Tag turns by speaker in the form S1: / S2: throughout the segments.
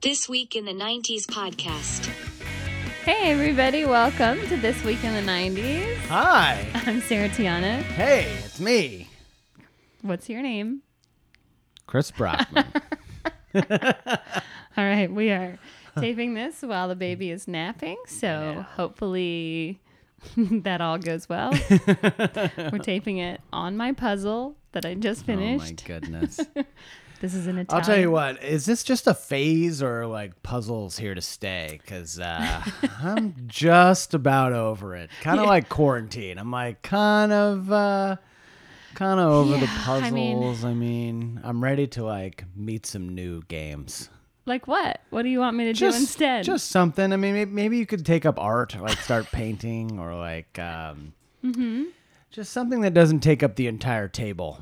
S1: This Week in the 90s podcast.
S2: Hey, everybody, welcome to This Week in the 90s.
S3: Hi.
S2: I'm Sarah Tiana.
S3: Hey, it's me,
S2: What's your name?
S3: Chris Brockman.
S2: All right, we are taping this while the baby is napping, so hopefully that all goes well. We're taping it on my puzzle that I just
S3: Oh my
S2: finished.
S3: goodness.
S2: this is an
S3: I'll
S2: Italian.
S3: tell you what, is this just a phase or like puzzles here to stay? Because uh, I'm just about over it. Kind of like quarantine. I'm like kind of. Uh, Kind of over the
S2: Yeah, I mean-
S3: puzzles. I mean, I'm ready to like meet some new games.
S2: Like what? What do you want me to do instead?
S3: Just something. I mean, maybe, maybe you could take up art, like start painting, or like um,
S2: Mm-hmm.
S3: just something that doesn't take up the entire table.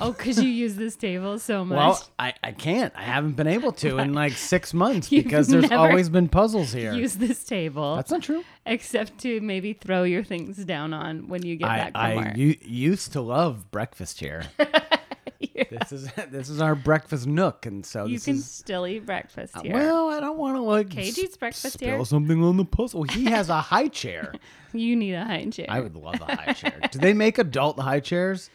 S2: oh, because you use this table so much.
S3: Well, I, I can't. I haven't been able to in like six months
S2: You've
S3: because there's
S2: never
S3: always been puzzles here.
S2: use this table,
S3: That's not true.
S2: except to maybe throw your things down on when you get
S3: I,
S2: back from
S3: I
S2: work.
S3: u- used to love breakfast here. This is this is our breakfast nook, and so
S2: you
S3: this
S2: can
S3: is.
S2: still eat breakfast here.
S3: Well, I don't want to like
S2: Cage eats breakfast
S3: spill
S2: here.
S3: something on the puzzle. He has a high chair.
S2: You need a high chair.
S3: I would love a high chair. Do they make adult high chairs?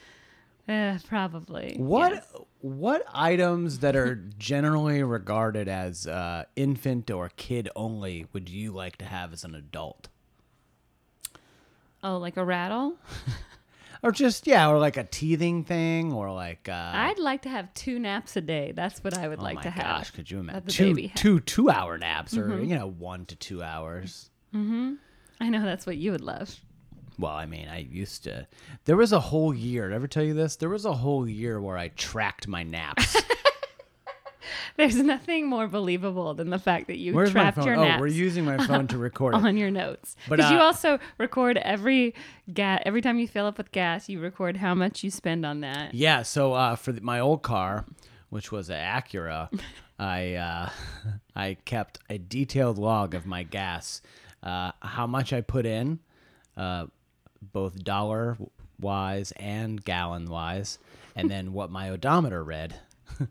S2: Uh, probably.
S3: What
S2: yes.
S3: what items that are generally regarded as uh, infant or kid only would you like to have as an adult?
S2: Oh, like a rattle?
S3: Or just yeah, or like a teething thing, or like uh,
S2: I'd like to have two naps a day. That's what I would
S3: oh
S2: like
S3: my
S2: to have.
S3: gosh, could you imagine
S2: the
S3: two
S2: baby Mm-hmm. had.
S3: two two hour naps or you know one to two hours?
S2: I know that's what you would love.
S3: Well, I mean, I used to. There was a whole year. Did I ever tell you this? There was a whole year where I tracked my naps.
S2: There's nothing more believable than the fact that you
S3: Where's my
S2: trapped
S3: phone?
S2: your
S3: oh,
S2: naps
S3: we're using my phone to record. it.
S2: on your notes.
S3: But,
S2: Because you
S3: uh,
S2: also record every gas. Every time you fill up with gas, you record how much you spend on that.
S3: Yeah, so uh, for the, my old car, which was an Acura, I uh, I kept a detailed log of my gas, uh, how much I put in, uh, both dollar wise and gallon wise, and then what my odometer read.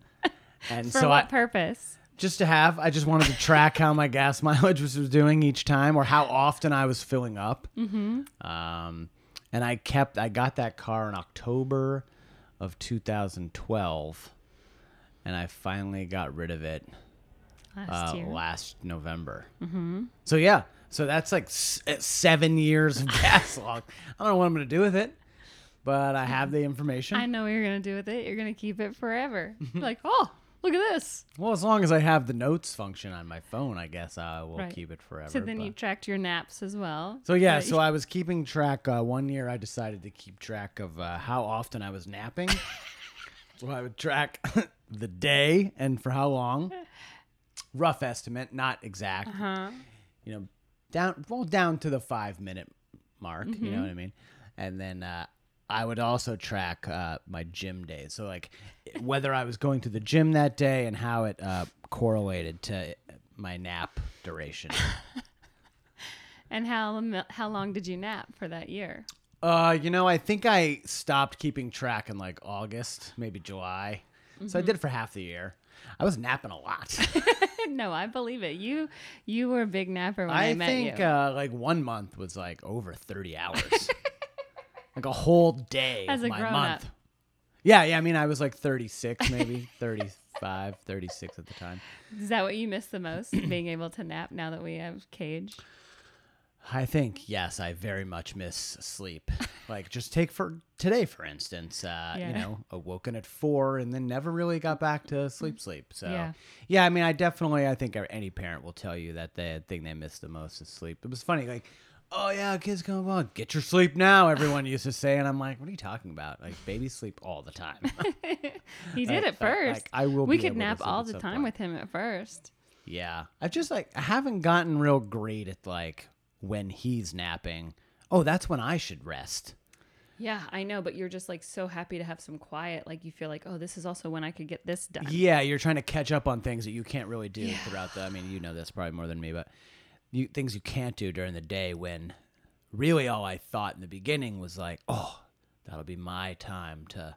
S3: and
S2: For
S3: so
S2: what
S3: I
S2: purpose?
S3: just to have I just wanted to track how my gas mileage was was doing each time or how often I was filling up. Mm-hmm. Um, and I kept I got that car in October of 2012, and I finally got rid of it
S2: Last
S3: uh,
S2: year.
S3: last November. Mm-hmm. So yeah, so that's like s- uh, seven years of gas log. I don't know what I'm gonna do with it, but I have the information.
S2: Mm-hmm. I know what you're gonna do with it. You're gonna keep it forever. like, oh, look at this.
S3: well, as long as I have the notes function on my phone, I guess I will
S2: Right.
S3: keep it forever.
S2: So then
S3: but-
S2: you tracked your naps as well.
S3: So yeah,
S2: Right.
S3: so I was keeping track. Uh, one year, I decided to keep track of uh, how often I was napping. so I would track the day and for how long. Rough estimate, not exact.
S2: Uh-huh.
S3: You know, down well down to the five minute mark. You know what I mean? And then uh, I would also track uh, my gym days. So like whether I was going to the gym that day and how it uh, correlated to my nap duration.
S2: And how m- how long did you nap for that year?
S3: Uh, you know, I think I stopped keeping track in like August, maybe July. So I
S2: Mm-hmm.
S3: did it for half the year. I was napping a lot.
S2: no, I believe it. You you were a big napper when I,
S3: I
S2: met
S3: think
S2: you.
S3: uh, like one month was like over 30 hours. like a whole day
S2: As
S3: of
S2: a
S3: my
S2: grown-up.
S3: month. Yeah, yeah, I mean I was like 36 maybe, 35, 36 at the time.
S2: Is that what you miss the most? being able to nap now that we have Cage.
S3: I think yes, I very much miss sleep. Like just take for today, for instance. Uh,
S2: Yeah.
S3: You know, awoken at four and then never really got back to sleep. Sleep. So
S2: Yeah.
S3: yeah. I mean, I definitely, I think any parent will tell you that the thing they miss the most is sleep. It was funny, like, oh yeah, kids come on, get your sleep now. Everyone used to say, and I'm like, what are you talking about? Like babies sleep all the time.
S2: He did at
S3: I- I- like,
S2: first.
S3: I will
S2: We
S3: be
S2: could
S3: able to
S2: nap
S3: sleep
S2: all
S3: at
S2: the
S3: some
S2: time
S3: point.
S2: with him at first.
S3: Yeah. I just like I haven't gotten real great at like when he's napping. Oh, that's when I should rest.
S2: Yeah, I know, but you're just like so happy to have some quiet. Like you feel like, oh, this is also when I could get this done.
S3: Yeah, you're trying to catch up on things that you can't really do throughout the. I mean, you know this probably more than me, but you things you can't do during the day when really all I thought in the beginning was like, oh, that'll be my time to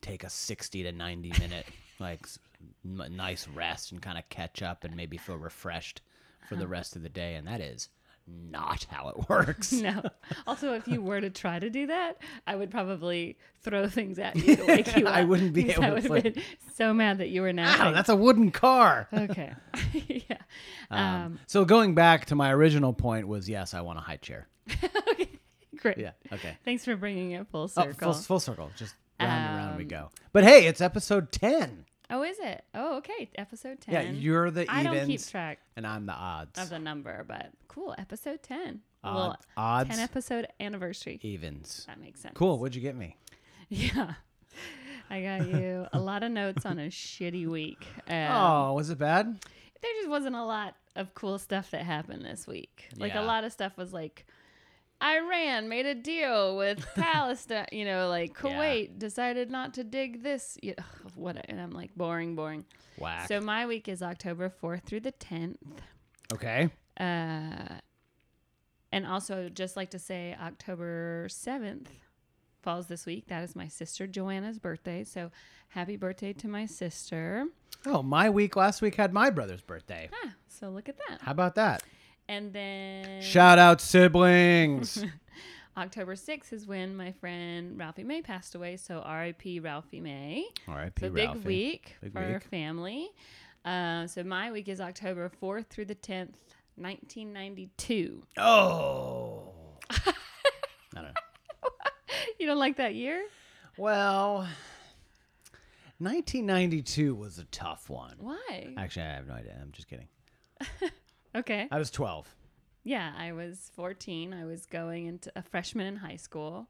S3: take a sixty to ninety minute like s- m- nice rest and kind of catch up and maybe feel refreshed for the rest of the day. And that is not how it works.
S2: No. Also, if you were to try to do that, I would probably throw things at you to wake you up.
S3: I wouldn't be
S2: because
S3: able
S2: I
S3: to
S2: would
S3: play.
S2: have been so mad that you were
S3: Ow,
S2: napping.
S3: that's a wooden car.
S2: okay. yeah. Um,
S3: So going back to my original point was yes, I want a high chair.
S2: great.
S3: Yeah. Okay.
S2: Thanks for bringing it full
S3: Oh, full,
S2: circle. Um,
S3: full circle. Just round and round we go. But hey, it's episode 10.
S2: oh, is it? Oh, okay. Episode 10.
S3: Yeah, you're the
S2: I don't keep
S3: evens
S2: track
S3: and I'm the odds.
S2: of the number, but cool. Episode 10.
S3: Odd-
S2: well,
S3: odds.
S2: 10 episode anniversary.
S3: evens.
S2: That makes sense.
S3: Cool. What'd you get me?
S2: Yeah. I got you a lot of notes on a shitty week. Um,
S3: Oh, was it bad?
S2: there just wasn't a lot of cool stuff that happened this week. Like
S3: Yeah.
S2: a lot of stuff was like Iran made a deal with Palestine, you know, like Kuwait decided not to dig this. You ugh, what? And I'm like, boring, boring.
S3: Whack.
S2: So my week is October 4th through the 10th.
S3: okay.
S2: Uh, and also, just like to say, October 7th falls this week. That is my sister Joanna's birthday. So happy birthday to my sister.
S3: Oh, my week last week had my brother's birthday.
S2: Ah, so look at that.
S3: How about that?
S2: And then.
S3: Shout out siblings.
S2: October 6th is when my friend Ralphie May passed away. So RIP Ralphie May.
S3: All right,
S2: It's a big week
S3: Big
S2: for our
S3: week.
S2: family. Uh, so my week is October 4th through the 10th, 1992.
S3: Oh. I don't know.
S2: You don't like that year?
S3: Well, 1992 was a tough one.
S2: Why?
S3: Actually, I have no idea. I'm just kidding.
S2: okay.
S3: I was 12.
S2: Yeah, I was 14. I was going into a freshman in high school.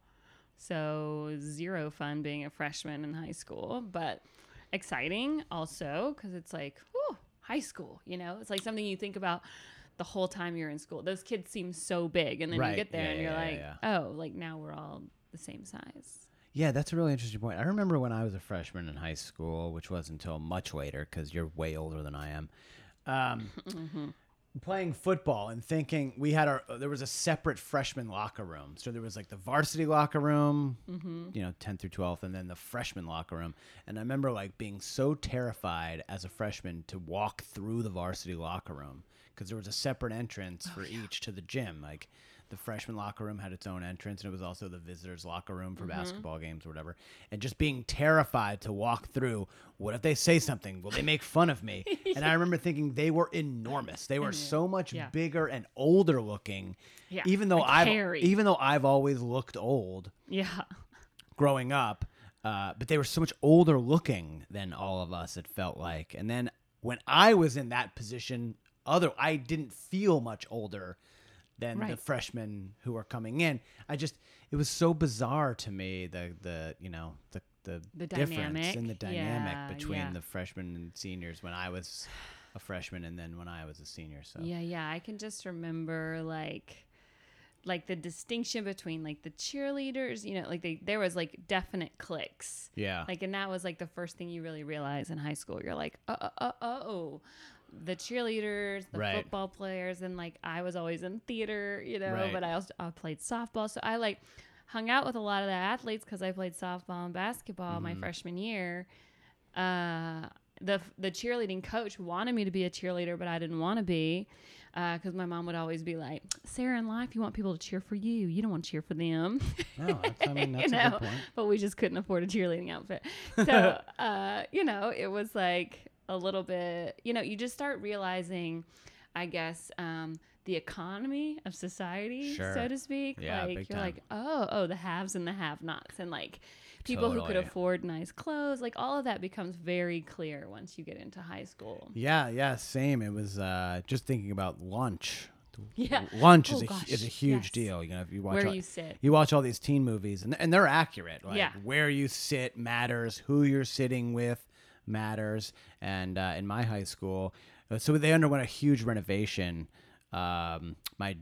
S2: So zero fun being a freshman in high school, but exciting also because it's like, whew, high school, you know? It's like something you think about the whole time you're in school. Those kids seem so big. And then
S3: Right.
S2: you get there
S3: Yeah,
S2: and you're
S3: yeah,
S2: like,
S3: yeah,
S2: oh, like now we're all the same size.
S3: Yeah, that's a really interesting point. I remember when I was a freshman in high school, which wasn't until much later because you're way older than I am. Um, Playing football and thinking we had our there was a separate freshman locker room. So there was like the varsity locker room, you know, 10th through 12th, and then the freshman locker room. And I remember like being so terrified as a freshman to walk through the varsity locker room because there was a separate entrance for each to the gym. Like the freshman locker room had its own entrance, and it was also the visitors' locker room for
S2: Mm-hmm.
S3: basketball games or whatever. And just being terrified to walk through. What if they say something? Will they make fun of me? And I remember thinking they were enormous. They were so much
S2: Mm-hmm. Yeah.
S3: bigger and older looking.
S2: Yeah,
S3: Even though
S2: like
S3: I've
S2: hairy.
S3: even though I've always looked old
S2: Yeah.
S3: Oh. growing up, uh, but they were so much older looking than all of us. It felt like, and then when I was in that position, other I didn't feel much older than the
S2: Right.
S3: freshmen who were coming in. I just it was so bizarre to me the the you know the the,
S2: The
S3: difference in the
S2: dynamic.
S3: dynamic
S2: Yeah,
S3: between
S2: yeah.
S3: the freshmen and seniors when I was a freshman and then when I was a senior. So
S2: Yeah, yeah. I can just remember like like the distinction between like the cheerleaders, you know, like they there was like definite clicks.
S3: yeah,
S2: Like and that was like the first thing you really realize in high school. You're like, uh uh uh oh. The cheerleaders, the
S3: Right.
S2: football players, and like I was always in theater, you know,
S3: Right.
S2: but I also I played softball. So I like hung out with a lot of the athletes because I played softball and basketball my
S3: Mm-hmm.
S2: freshman year. Uh the, the cheerleading coach wanted me to be a cheerleader, but I didn't want to be because my mom would always be like, Sarah, in life, you want people to cheer for you. You don't want to cheer for them.
S3: no, that's, I mean that's
S2: you
S3: a
S2: know,
S3: good point.
S2: but we just couldn't afford a cheerleading outfit. So, uh, you know, it was like a little bit, you know, you just start realizing, I guess, um, the economy of society,
S3: Sure.
S2: so to speak.
S3: Yeah,
S2: like
S3: big
S2: you're
S3: time.
S2: like, oh, oh, the haves and the have-nots, and like people who could
S3: Totally.
S2: afford nice clothes, like all of that becomes very clear once you get into high school.
S3: Yeah, yeah, same. It was uh, just thinking about lunch.
S2: Yeah.
S3: Lunch
S2: Oh,
S3: is a
S2: gosh,
S3: is a huge
S2: yes.
S3: deal. You know, if you watch
S2: Where
S3: all,
S2: you sit.
S3: you watch all these teen movies, and and they're accurate. Like,
S2: Yeah.
S3: where you sit matters. Who you're sitting with matters. And uh, in my high school, uh, so they underwent a huge renovation. Um, my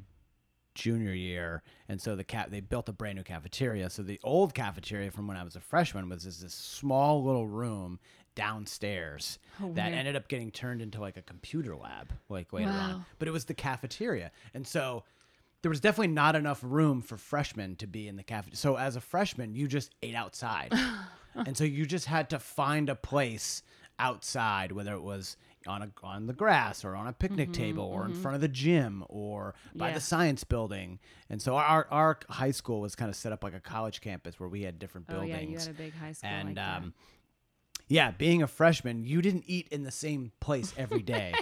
S3: junior year, and so the cat they built a brand new cafeteria. So the old cafeteria from when I was a freshman was just this small little room downstairs that ended up getting turned into like a computer lab like later on.
S2: Wow.
S3: But it was the cafeteria, and so there was definitely not enough room for freshmen to be in the cafeteria. So as a freshman, you just ate outside, and so you just had to find a place outside, whether it was on a on the grass or on a picnic table or in front of the gym or by
S2: Mm-hmm, Yeah.
S3: the science building. And so our our high school was kind of set up like a college campus where we had different
S2: Oh
S3: buildings
S2: yeah, you had a big high school.
S3: and
S2: like that.
S3: um, yeah, being a freshman, you didn't eat in the same place every day.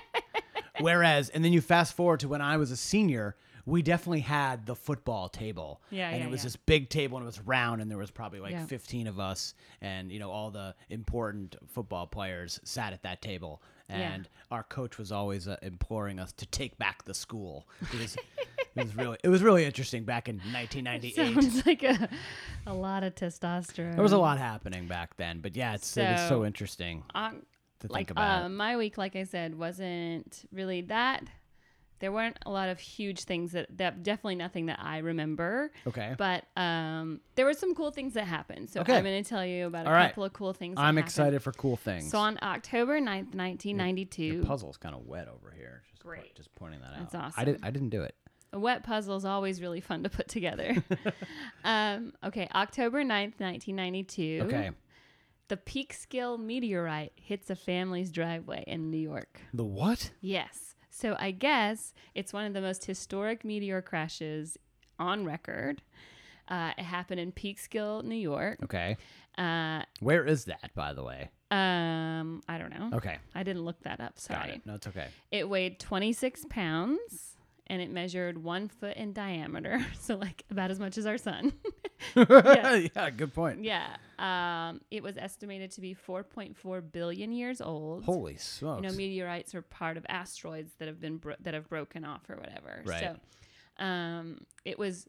S3: Whereas, and then you fast forward to when I was a senior, we definitely had the football table.
S2: Yeah,
S3: and
S2: yeah,
S3: it was
S2: yeah.
S3: this big table, and it was round, and there was probably like
S2: Yeah.
S3: fifteen of us, and you know all the important football players sat at that table.
S2: Yeah.
S3: And our coach was always uh, imploring us to take back the school. It was, it was really, it was really interesting back in 1998.
S2: sounds like a, a lot of testosterone.
S3: There was a lot happening back then, but yeah, it's it is so
S2: Mm-hmm. So-
S3: interesting
S2: Um,
S3: to
S2: like
S3: think about.
S2: uh, my week, like I said, wasn't really that. There weren't a lot of huge things that that definitely nothing that I remember.
S3: okay,
S2: But um, there were some cool things that happened. So
S3: Okay.
S2: I'm going to tell you about a
S3: All right.
S2: couple of cool things. that
S3: I'm
S2: happened.
S3: excited for cool things.
S2: So on October 9th, 1992,
S3: Your puzzle's kind of wet over here. Just po-
S2: Great.
S3: just pointing that out.
S2: That's
S3: I didn't. I didn't do it.
S2: A wet puzzle is always really fun to put together. um, okay, October 9th, 1992.
S3: Okay.
S2: The Peekskill meteorite hits a family's driveway in New York.
S3: The what?
S2: Yes. So I guess it's one of the most historic meteor crashes on record. Uh, it happened in Peekskill, New York.
S3: Okay.
S2: Uh,
S3: Where is that, by the way?
S2: um, I don't know.
S3: Okay.
S2: I didn't look that up.
S3: Got
S2: Sorry.
S3: it. No, it's okay.
S2: It weighed 26 pounds and it measured one foot in diameter. So, like, about as much as our sun.
S3: yeah. Good point.
S2: yeah. Um, it was estimated to be 4.4 billion years old.
S3: Holy
S2: you
S3: smokes.
S2: know, meteorites are part of asteroids that have been bro- that have broken off or whatever.
S3: Right.
S2: So, um, it was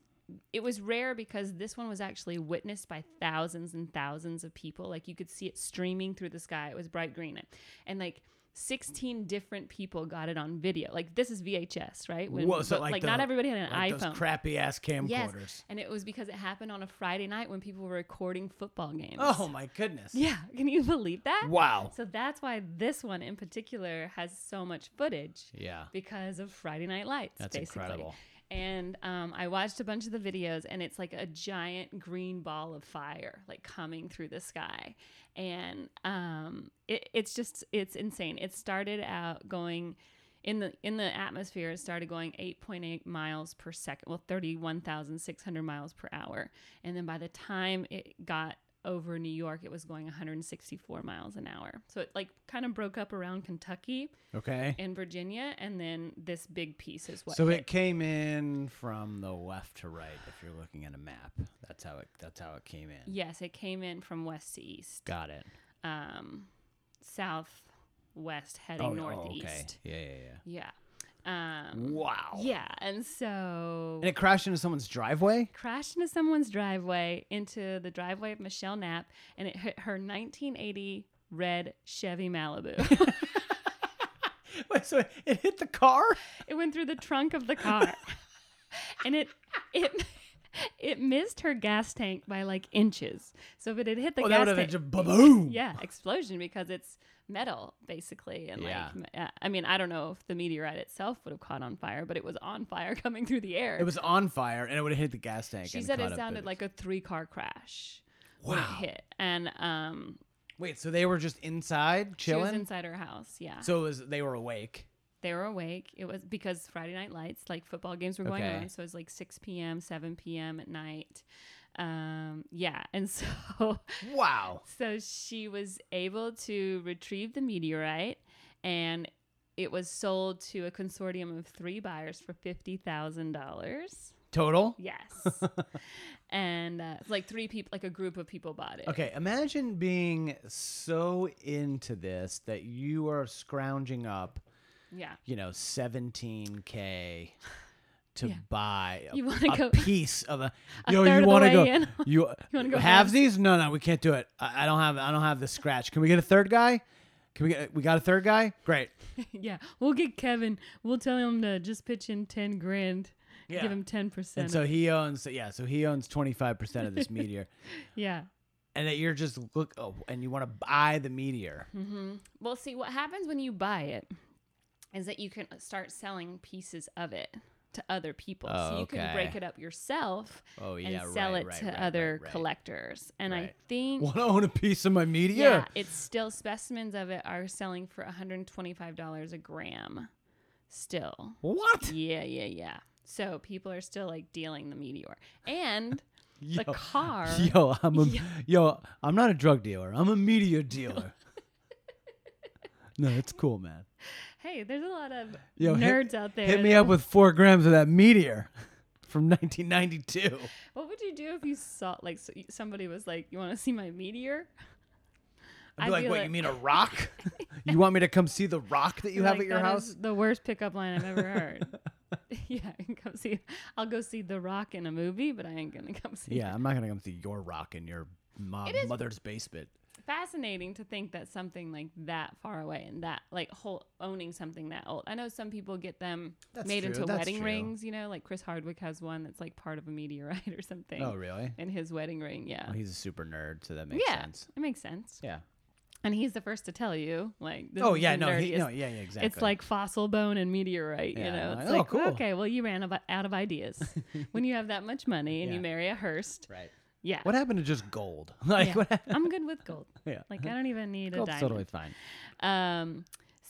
S2: it was rare because this one was actually witnessed by thousands and thousands of people. Like you could see it streaming through the sky. It was bright green, and like. 16 different people got it on video. Like this is VHS, right?
S3: Whoa, so
S2: but,
S3: like
S2: like
S3: the-
S2: not everybody had an
S3: like
S2: iPhone.
S3: those crappy ass camcorders.
S2: yes. And it was because it happened on a Friday night when people were recording football games.
S3: Oh my goodness.
S2: Yeah, can you believe that?
S3: Wow.
S2: So that's why this one in particular has so much footage
S3: Yeah.
S2: because of Friday Night Lights.
S3: That's
S2: basically.
S3: incredible.
S2: And um, I watched a bunch of the videos, and it's like a giant green ball of fire, like coming through the sky, and um, it, it's just it's insane. It started out going in the in the atmosphere. It started going 8.8 miles per second, well 31,600 miles per hour, and then by the time it got over New York, it was going 164 miles an hour. So it like kind of broke up around Kentucky
S3: Okay.
S2: in Virginia, and then this big piece is what.
S3: So
S2: hit.
S3: it came in from the left to right. If you're looking at a map, that's how it. That's how it came in.
S2: yes, it came in from west to east,
S3: Got it.
S2: um, southwest heading northeast.
S3: Oh, Yeah, yeah, yeah.
S2: Yeah, um,
S3: Wow.
S2: yeah, and so
S3: And it crashed into someone's driveway?
S2: crashed into someone's driveway into the driveway of Michelle Knapp, and it hit her 1980 red Chevy Malibu.
S3: Wait, so it hit the car?
S2: it went through the trunk of the car, and it it. It missed her gas tank by like inches. So if it had hit the
S3: oh, that
S2: gas
S3: would have
S2: tank,
S3: been just boom.
S2: yeah explosion because it's metal basically and
S3: Yeah.
S2: like m- uh, i mean i don't know if the meteorite itself would have caught on fire but it was on fire coming through the air
S3: It was on fire and it would have hit the gas tank.
S2: she
S3: and
S2: said
S3: caught
S2: it
S3: up
S2: sounded
S3: in-
S2: like a three car crash when
S3: Wow.
S2: it hit and um
S3: Wait, so they were just inside
S2: she
S3: chilling?
S2: was inside her house yeah
S3: so it was they were awake.
S2: they were awake it was because friday night lights like football games were going
S3: Okay.
S2: on so it was like 6 p.m 7 p.m at night um yeah and so
S3: Wow.
S2: So she was able to retrieve the meteorite and it was sold to a consortium of three buyers for $50,000.
S3: Total?
S2: Yes. and uh, it's like three people, like a group of people bought it.
S3: Okay, imagine being so into this that you are scrounging up,
S2: Yeah.
S3: you know, 17k to
S2: Yeah.
S3: buy a,
S2: You wanna
S3: a
S2: go-
S3: piece of a,
S2: A
S3: Yo,
S2: third
S3: you
S2: of the
S3: wanna
S2: way
S3: go
S2: in.
S3: You,
S2: wanna go
S3: have
S2: halves?
S3: these? No, no, we can't do it. I, I don't have. I don't have the scratch. Can we get a third guy? Can we get? We got a third guy. Great.
S2: yeah. We'll get Kevin. We'll tell him to just pitch in 10 grand.
S3: Yeah.
S2: Give him 10%.
S3: And so he owns. Yeah. So he owns twenty five percent of this meteor,
S2: yeah.
S3: and that you're just look. Oh, and you want to buy the meteor.
S2: Mm-hmm. Well, see, what happens when you buy it is that you can start selling uh, pieces of it. to other people. so
S4: Oh,
S2: you can break
S4: okay.
S2: it up yourself
S4: Oh,
S2: and
S4: yeah,
S2: sell
S4: right,
S2: it
S4: right,
S2: to
S4: right,
S2: other
S4: right, right.
S2: collectors. And I
S4: Right.
S2: think
S3: Want to own a piece of my media?
S2: yeah. it's still specimens of it are selling for $125 a gram still.
S3: What?
S2: Yeah, yeah, yeah. So people are still like dealing the meteor. And the
S3: Yo.
S2: car
S3: Yo, I'm a yo. I'm not a drug dealer. I'm a media dealer. no, it's cool, man.
S2: Hey, there's a lot of
S3: Yo, hit-
S2: nerds out there.
S3: Hit me
S2: that-
S3: up with four grams of that meteor from 1992.
S2: What would you do if you saw like s somebody was like, "You want to see my meteor?"
S3: I'd be like, what? You mean a rock? you want me to come see the rock that you have
S2: like,
S3: at your
S2: "That
S3: house?
S2: is the worst pickup line I've ever heard. yeah, I can come see. I'll go see The Rock in a movie, but I ain't gonna come see.
S3: Yeah, I'm not gonna come see your rock in your mom,
S2: is-
S3: mother's basement.
S2: fascinating to think that something like that far away and that like whole owning something that old. I know some people get them
S3: That's
S2: made
S3: true,
S2: into
S3: that's
S2: wedding
S3: true.
S2: rings. You know, like Chris Hardwick has one that's like part of a meteorite or something.
S3: Oh, really?
S2: In his wedding ring, yeah.
S3: Well, he's a super nerd, so that makes
S2: yeah,
S3: sense.
S2: it makes sense.
S3: Yeah.
S2: And he's the first to tell you, like, this
S3: Oh
S2: is
S3: yeah,
S2: the
S3: no, he,
S2: nerdiest
S3: no, yeah, yeah, exactly.
S2: It's like fossil bone and meteorite, you
S3: Yeah,
S2: know.
S3: I'm
S2: It's
S3: like, oh,
S2: like,
S3: cool.
S2: okay, well, you ran ab- out of ideas when you have that much money and you
S3: Yeah.
S2: marry a Hearst.
S3: right.
S2: Yeah,
S3: What happened to just gold? Like
S2: Yeah.
S3: what? hap-
S2: I'm good with gold.
S3: Yeah.
S2: Like I don't even need a
S3: Gold's
S2: diamond.
S3: totally fine.
S2: Um,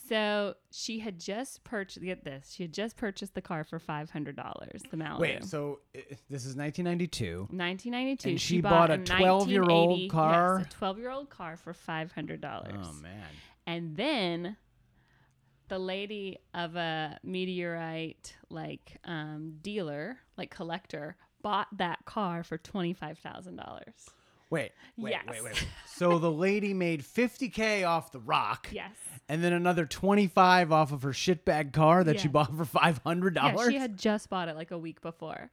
S2: so she had just purchased. Get this, she had just purchased the car for five hundred dollars. The Malibu.
S3: Wait, so uh, this is 1992.
S2: 1992.
S3: And she bought a
S2: 1980
S3: 12-year-old car?
S2: Yes, a 12 year old car for $500.
S3: Oh man.
S2: And then the lady of a meteorite like um, dealer, like collector, bought that car for $25,000.
S3: Wait, wait,
S2: Yes.
S3: wait, wait, wait. So the lady made 50k off the rock,
S2: Yes.
S3: and then another 25 off of her shitbag car that she
S2: Yeah.
S3: bought for 500.
S2: Yeah,
S3: dollars
S2: she had just bought it like a week before.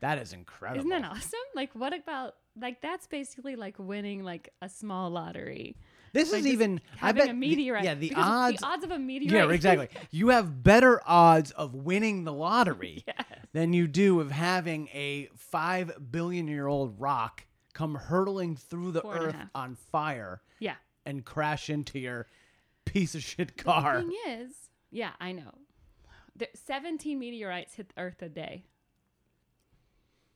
S3: That is incredible.
S2: Isn't that awesome? Like, what about like that's basically like winning like a small lottery.
S3: This
S2: Like,
S3: is
S2: just
S3: even I
S2: having
S3: bet
S2: a
S3: the-
S2: meteorite.
S3: yeah, the
S2: because
S3: odds.
S2: the odds of a meteorite.
S3: yeah, exactly. You have better odds of winning the lottery than you do of having a five billion year old rock come hurtling through the
S2: Four and a
S3: earth
S2: half.
S3: on fire
S2: yeah.
S3: and crash into your piece of shit car.
S2: Thing is, yeah, I know. There, Seventeen meteorites hit the Earth a day.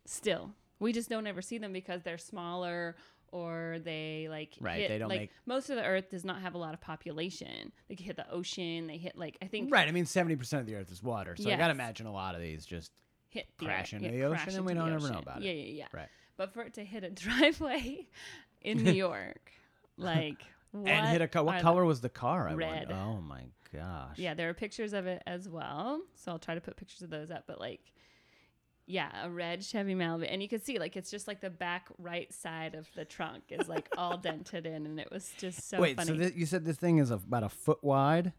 S2: Still, we just don't ever see them because they're smaller or they like
S3: Right,
S2: hit-
S3: they don't
S2: like
S3: make-
S2: most of the Earth does not have a lot of population. They could hit the ocean. They hit like I think
S3: Right. I mean, seventy percent of the Earth is water, so I
S2: Yes.
S3: gotta imagine a lot of these just
S2: hit the
S3: crash into
S2: yeah,
S3: the ocean
S2: crash
S3: and we
S2: into the
S3: don't ever know
S2: ocean.
S3: about it.
S2: Yeah, yeah, yeah.
S3: right.
S2: But for it to hit a driveway in New York, like what
S3: and hit a car.
S2: are
S3: What
S2: the-
S3: color was the car? I
S2: Red.
S3: wonder. Oh my gosh.
S2: Yeah, there are pictures of it as well. So I'll try to put pictures of those up. But like, yeah, a red Chevy Malibu, and you can see like it's just like the back right side of the trunk is like all dented in, and it was just so
S3: Wait.
S2: funny.
S3: So thi- you said this thing is about a foot wide,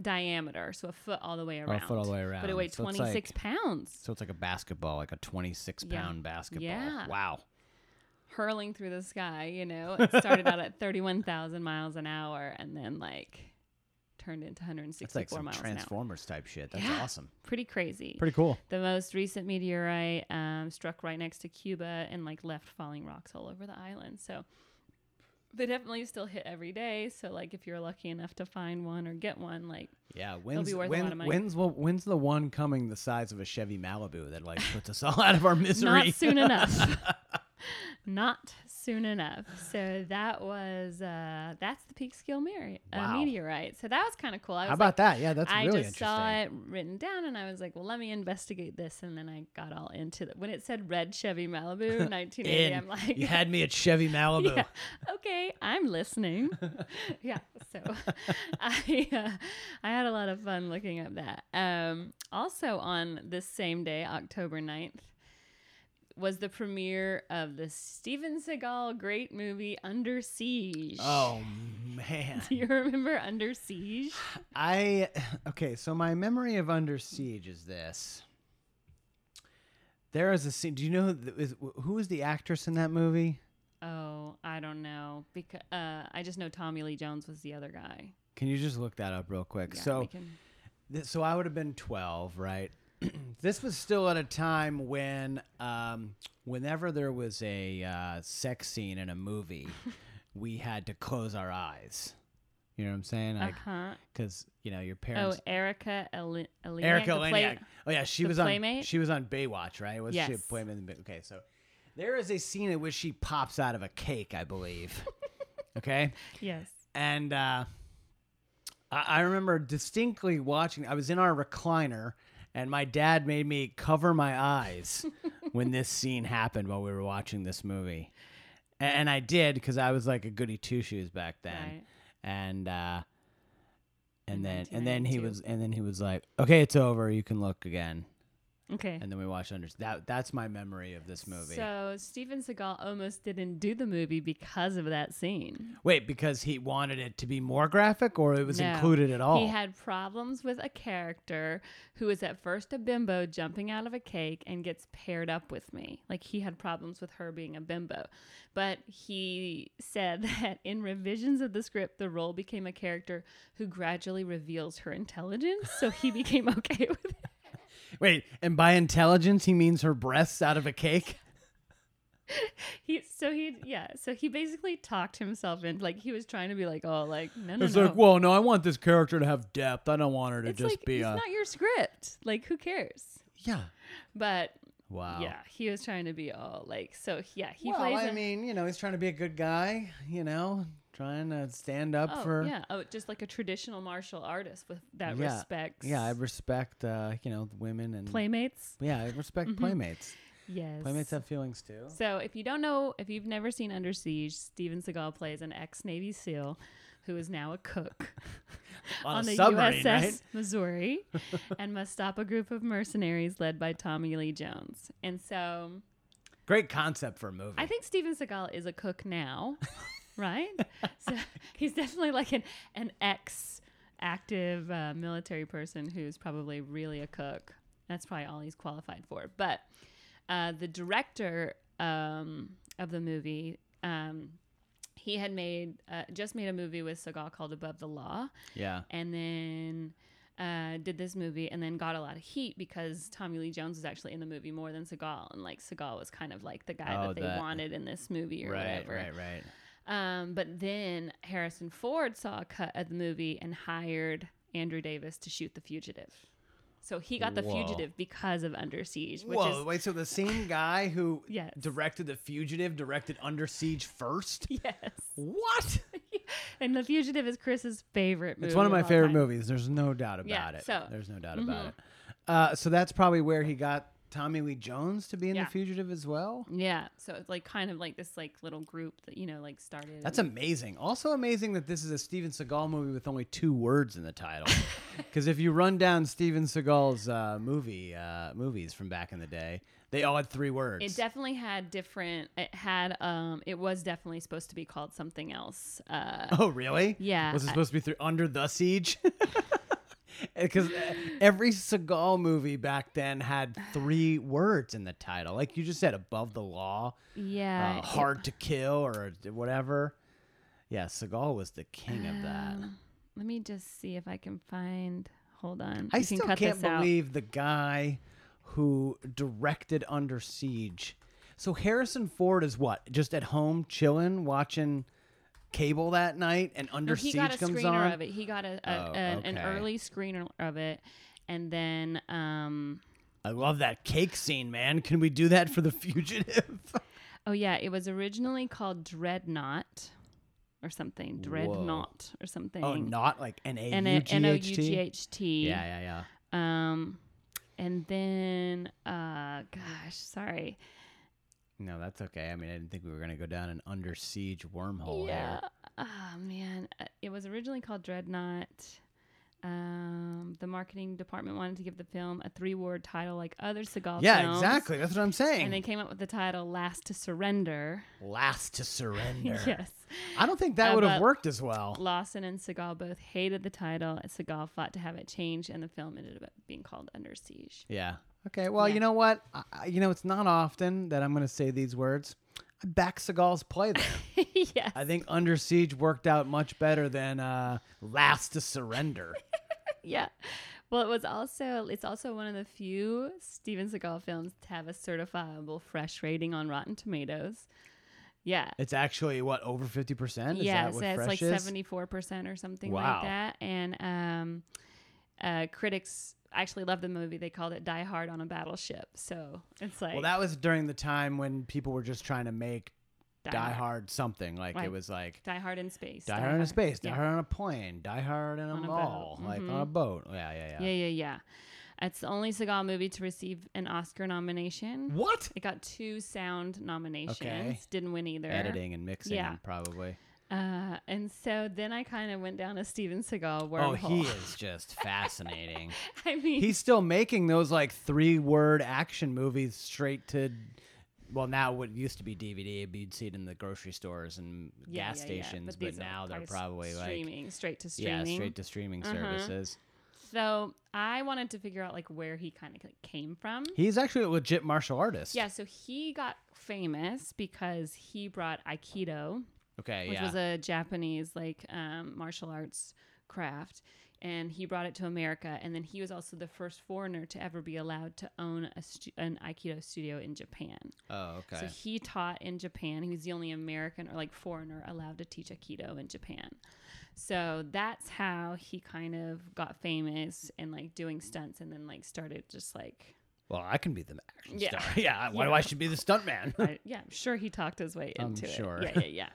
S2: Diameter, so a foot all the way
S3: Or Oh, a
S2: around.
S3: foot all the way around.
S2: But it weighed
S3: So it's
S2: twenty six
S3: like-
S2: pounds,
S3: so it's like a basketball, like a twenty-six
S2: Yeah.
S3: pound basketball.
S2: Yeah.
S3: Wow.
S2: hurling through the sky. You know, it started out at thirty one thousand miles an hour, and then like turned into one hundred
S3: It's
S2: sixty
S3: like
S2: four
S3: some
S2: miles an hour.
S3: Transformers type shit. That's
S2: Yeah.
S3: awesome.
S2: Pretty crazy.
S3: Pretty cool.
S2: The most recent meteorite um, struck right next to Cuba and like left falling rocks all over the island. So they definitely still hit every day. So like if you're lucky enough to find one or get one, like
S3: Yeah. When's
S2: be worth a
S3: when-
S2: lot of money.
S3: when's well, when's the one coming the size of a Chevy Malibu that like puts us all out of our misery?
S2: not soon enough. Not soon enough. So that was uh, that's the Peekskill Mary- uh,
S3: Wow.
S2: meteorite. So that was kind of cool. I was
S3: How
S2: like,
S3: about that? Yeah, that's
S2: I
S3: really
S2: just
S3: interesting.
S2: saw it written down and I was like, well, let me investigate this. And then I got all into it. When it said red Chevy Malibu 1980,
S3: In.
S2: I'm like,
S3: you had me at Chevy Malibu.
S2: yeah, okay, I'm listening. yeah, so I uh, I had a lot of fun looking up that. Um, also on this same day, October 9th, was the premiere of the Steven Seagal great movie Under Siege.
S3: Oh man.
S2: Do you remember Under Siege?
S3: I okay, so my memory of Under Siege is this. There is a scene. Do you know who th- is, who is the actress in that movie?
S2: Oh, I don't know because uh, I just know Tommy Lee Jones was the other guy.
S3: Can you just look that up real quick?
S2: Yeah, we
S3: so,
S2: can-
S3: th- so I would have been twelve, right? this was still at a time when, um, whenever there was a uh, sex scene in a movie, we had to close our eyes. You know what I'm saying?
S2: Uh
S3: Like,
S2: huh.
S3: because you know your
S2: Oh,
S3: parents.
S2: Erica Eli- Eleniak.
S3: Erica
S2: the play-
S3: Laniak. Oh yeah, she
S2: the
S3: was on.
S2: Playmate?
S3: She was on Baywatch, right? Was she a
S2: Yes.
S3: Playmate? in Bay- Okay, so there is a scene in which she pops out of a cake, I believe. okay,
S2: Yes.
S3: and uh, I, I remember distinctly watching. I was in our recliner, and my dad made me cover my eyes when this scene happened while we were watching this movie, A- and, I did because I was like a goody two shoes back then,
S2: Right.
S3: and. uh and
S2: In
S3: then and then he
S2: 1992.
S3: was and then he was like, "Okay, it's over. You can look again."
S2: Okay.
S3: And then we watched under that. That's my memory of this movie.
S2: So Steven Seagal almost didn't do the movie because of that scene.
S3: Wait, because he wanted it to be more graphic, or it was
S2: No.
S3: included at all?
S2: He had problems with a character who is at first a bimbo jumping out of a cake and gets paired up with me. Like he had problems with her being a bimbo. But he said that in revisions of the script, the role became a character who gradually reveals her intelligence. So he became okay with it.
S3: Wait, and by intelligence he means her breasts out of a cake.
S2: He so he yeah, so he basically talked himself into like he was trying to be like, oh like no no
S3: it's
S2: no.
S3: like, well, no, I want this character to have depth. I don't want her to
S2: it's
S3: just
S2: like
S3: be
S2: it's
S3: a
S2: not your script. Like who cares?
S3: yeah.
S2: But
S3: Wow.
S2: yeah, he was trying to be all like so. Yeah, he
S3: Oh. well,
S2: plays.
S3: I
S2: a-
S3: mean, you know, he's trying to be a good guy. You know, trying to stand up
S2: oh
S3: for.
S2: yeah, oh just like a traditional martial artist with that
S3: Yeah,
S2: respects.
S3: Yeah, I respect. Uh, you know, women and.
S2: playmates.
S3: yeah, I respect
S2: Mm-hmm.
S3: playmates.
S2: Yes,
S3: Playmates have feelings too.
S2: So if you don't know, if you've never seen Under Siege, Steven Seagal plays an ex Navy SEAL who is now a cook
S3: On,
S2: on
S3: a
S2: the
S3: submarine,
S2: USS
S3: right?
S2: Missouri and must stop a group of mercenaries led by Tommy Lee Jones. And so
S3: Great concept for a movie.
S2: I think Steven Seagal is a cook now, right? so he's definitely like an, an ex active uh, military person who's probably really a cook. That's probably all he's qualified for. But uh, the director um, of the movie, um, he had made uh, just made a movie with Seagal called Above the Law,
S3: yeah.
S2: and then uh, did this movie and then got a lot of heat because Tommy Lee Jones was actually in the movie more than Seagal and like Seagal was kind of like the guy
S3: Oh,
S2: that they
S3: that-
S2: wanted in this movie or
S3: Right,
S2: whatever.
S3: right, right.
S2: Um, but then Harrison Ford saw a cut of the movie and hired Andrew Davis to shoot The Fugitive. So he got The
S3: Whoa.
S2: Fugitive because of Under Siege, which
S3: Whoa,
S2: is
S3: wait, so the same guy who
S2: Yes.
S3: directed The Fugitive directed Under Siege first?
S2: yes.
S3: What?
S2: And The Fugitive is Chris's favorite movie.
S3: It's one of my
S2: all
S3: favorite
S2: time.
S3: movies. There's no doubt about
S2: Yeah,
S3: it.
S2: so- mm-hmm.
S3: There's no doubt about it. Uh, so that's probably where he got Tommy Lee Jones to be in
S2: Yeah.
S3: The Fugitive as well.
S2: Yeah, so it's like kind of like this like little group that you know like started.
S3: That's amazing. Also amazing that this is a Steven Seagal movie with only two words in the title. Because if you run down Steven Seagal's uh, movie uh, movies from back in the day, they all had three words.
S2: It definitely had different. It had. Um. It was definitely supposed to be called something else. Uh.
S3: Oh, really?
S2: Yeah,
S3: Was it
S2: I-
S3: supposed to be through Under the Siege? Because every Seagal movie back then had three words in the title, like you just said, above the law,
S2: Yeah.
S3: uh, hard to kill, or whatever. Yeah, Seagal was the king of that.
S2: Um, let me just see if I can find. Hold on.
S3: I
S2: You
S3: still
S2: can cut
S3: can't
S2: this out.
S3: believe the guy who directed Under Siege. So Harrison Ford is what? Just at home chilling, watching cable that night, and Under
S2: No, he
S3: Siege
S2: got a
S3: comes
S2: screener
S3: on.
S2: of it. He got a, a,
S3: Oh,
S2: an- an
S3: okay.
S2: early screener of it, and then um.
S3: I love that cake scene, man. Can we do that for the fugitive?
S2: Oh yeah, it was originally called Dreadnought, or something. Dreadnought or something.
S3: oh, not like N A
S2: N
S3: U
S2: O N O U
S3: G
S2: G
S3: H T.
S2: H T.
S3: Yeah, yeah, yeah.
S2: Um, and then, uh, gosh, sorry.
S3: No, that's okay. I mean, I didn't think we were gonna go down an under siege wormhole
S2: yeah.
S3: here.
S2: Oh man, Uh, it was originally called Dreadnought. Um, the marketing department wanted to give the film a three-word title like other Seagal
S3: Yeah,
S2: films.
S3: exactly. That's what I'm saying.
S2: And they came up with the title "Last to Surrender."
S3: Last to surrender.
S2: yes,
S3: I don't think that
S2: Uh,
S3: would have
S2: but-
S3: worked as well.
S2: Lawson and Seagal both hated the title. and Seagal fought to have it changed, and the film ended up being called Under Siege.
S3: Yeah. Okay. Well,
S2: Yeah.
S3: you know what? I, I- you know, it's not often that I'm gonna say these words. I back Seagal's play there.
S2: yes.
S3: I think Under Siege worked out much better than uh, Last to Surrender.
S2: Yeah. Well, it was also it's also one of the few Steven Seagal films to have a certifiable fresh rating on Rotten Tomatoes. Yeah.
S3: It's actually what over fifty percent. Is
S2: yeah,
S3: that
S2: so
S3: what
S2: it's
S3: fresh
S2: like
S3: is?
S2: seventy four percent or something
S3: Wow.
S2: like that. And um, uh, critics actually loved the movie. They called it Die Hard on a Battleship. So it's like
S3: Well, that was during the time when people were just trying to make Die, hard. something. Like
S2: Right.
S3: it was like
S2: Die Hard in space.
S3: Die, Hard in space, Die
S2: Yeah.
S3: Hard on a plane, Die Hard in a
S2: On a boat. Mm-hmm.
S3: mall, like on a boat. Yeah, yeah, yeah.
S2: Yeah, yeah, yeah. It's the only Seagal movie to receive an Oscar nomination.
S3: What?
S2: It got two sound nominations. Didn't win either.
S3: Editing and mixing,
S2: Yeah.
S3: probably.
S2: Uh, and so then I kind of went down a Steven Seagal
S3: Oh,
S2: wormhole.
S3: he is just fascinating.
S2: I mean,
S3: He's still making those like three word action movies straight to. Well, now what used to be DVD, but you'd see it in the grocery stores and
S2: yeah,
S3: gas
S2: yeah, yeah.
S3: stations. But,
S2: these are
S3: now they're probably like
S2: streaming straight to streaming. Uh-huh.
S3: yeah, straight to streaming services.
S2: So I wanted to figure out like where he kind of came from.
S3: He's actually a legit martial artist.
S2: yeah, so he got famous because he brought Aikido,
S3: Okay.
S2: which
S3: yeah.
S2: was a Japanese like um, martial arts craft, and he brought it to America. And then he was also the first foreigner to ever be allowed to own a stu- an Aikido studio in Japan.
S3: oh, okay.
S2: So he taught in Japan. He was the only American or like foreigner allowed to teach Aikido in Japan. So that's how he kind of got famous and like doing stunts and then like started just like,
S3: well, I can be the action
S2: Yeah.
S3: star. Yeah. Why do I should be the stuntman?
S2: I, yeah, I'm sure he talked his way
S3: I'm
S2: into
S3: sure.
S2: it. Yeah, yeah, yeah.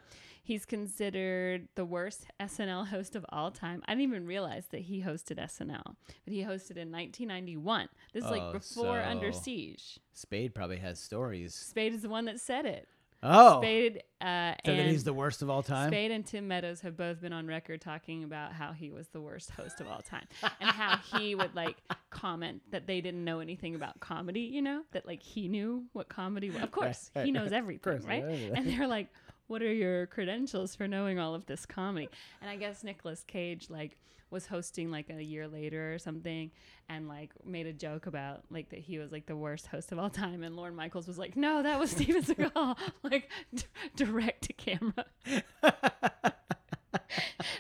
S2: He's considered the worst SNL host of all time. I didn't even realize that he hosted SNL, but he hosted in 1991. This is
S3: Oh,
S2: like before Under
S3: so-
S2: Siege.
S3: Spade probably has stories.
S2: Spade is the one that said it.
S3: Oh.
S2: Spade uh,
S3: so that
S2: and
S3: he's the worst of all time.
S2: Spade and Tim Meadows have both been on record talking about how he was the worst host of all time and how he would like comment that they didn't know anything about comedy, you know, that like he knew what comedy was. Of course,
S3: right,
S2: he knows everything,
S3: course,
S2: right?
S3: yeah.
S2: And they're like, what are your credentials for knowing all of this comedy? And I guess Nicolas Cage like was hosting like a year later or something and like made a joke about like that he was like the worst host of all time and Lauren Michaels was like, No, that was Steven Seagal like d- direct to camera.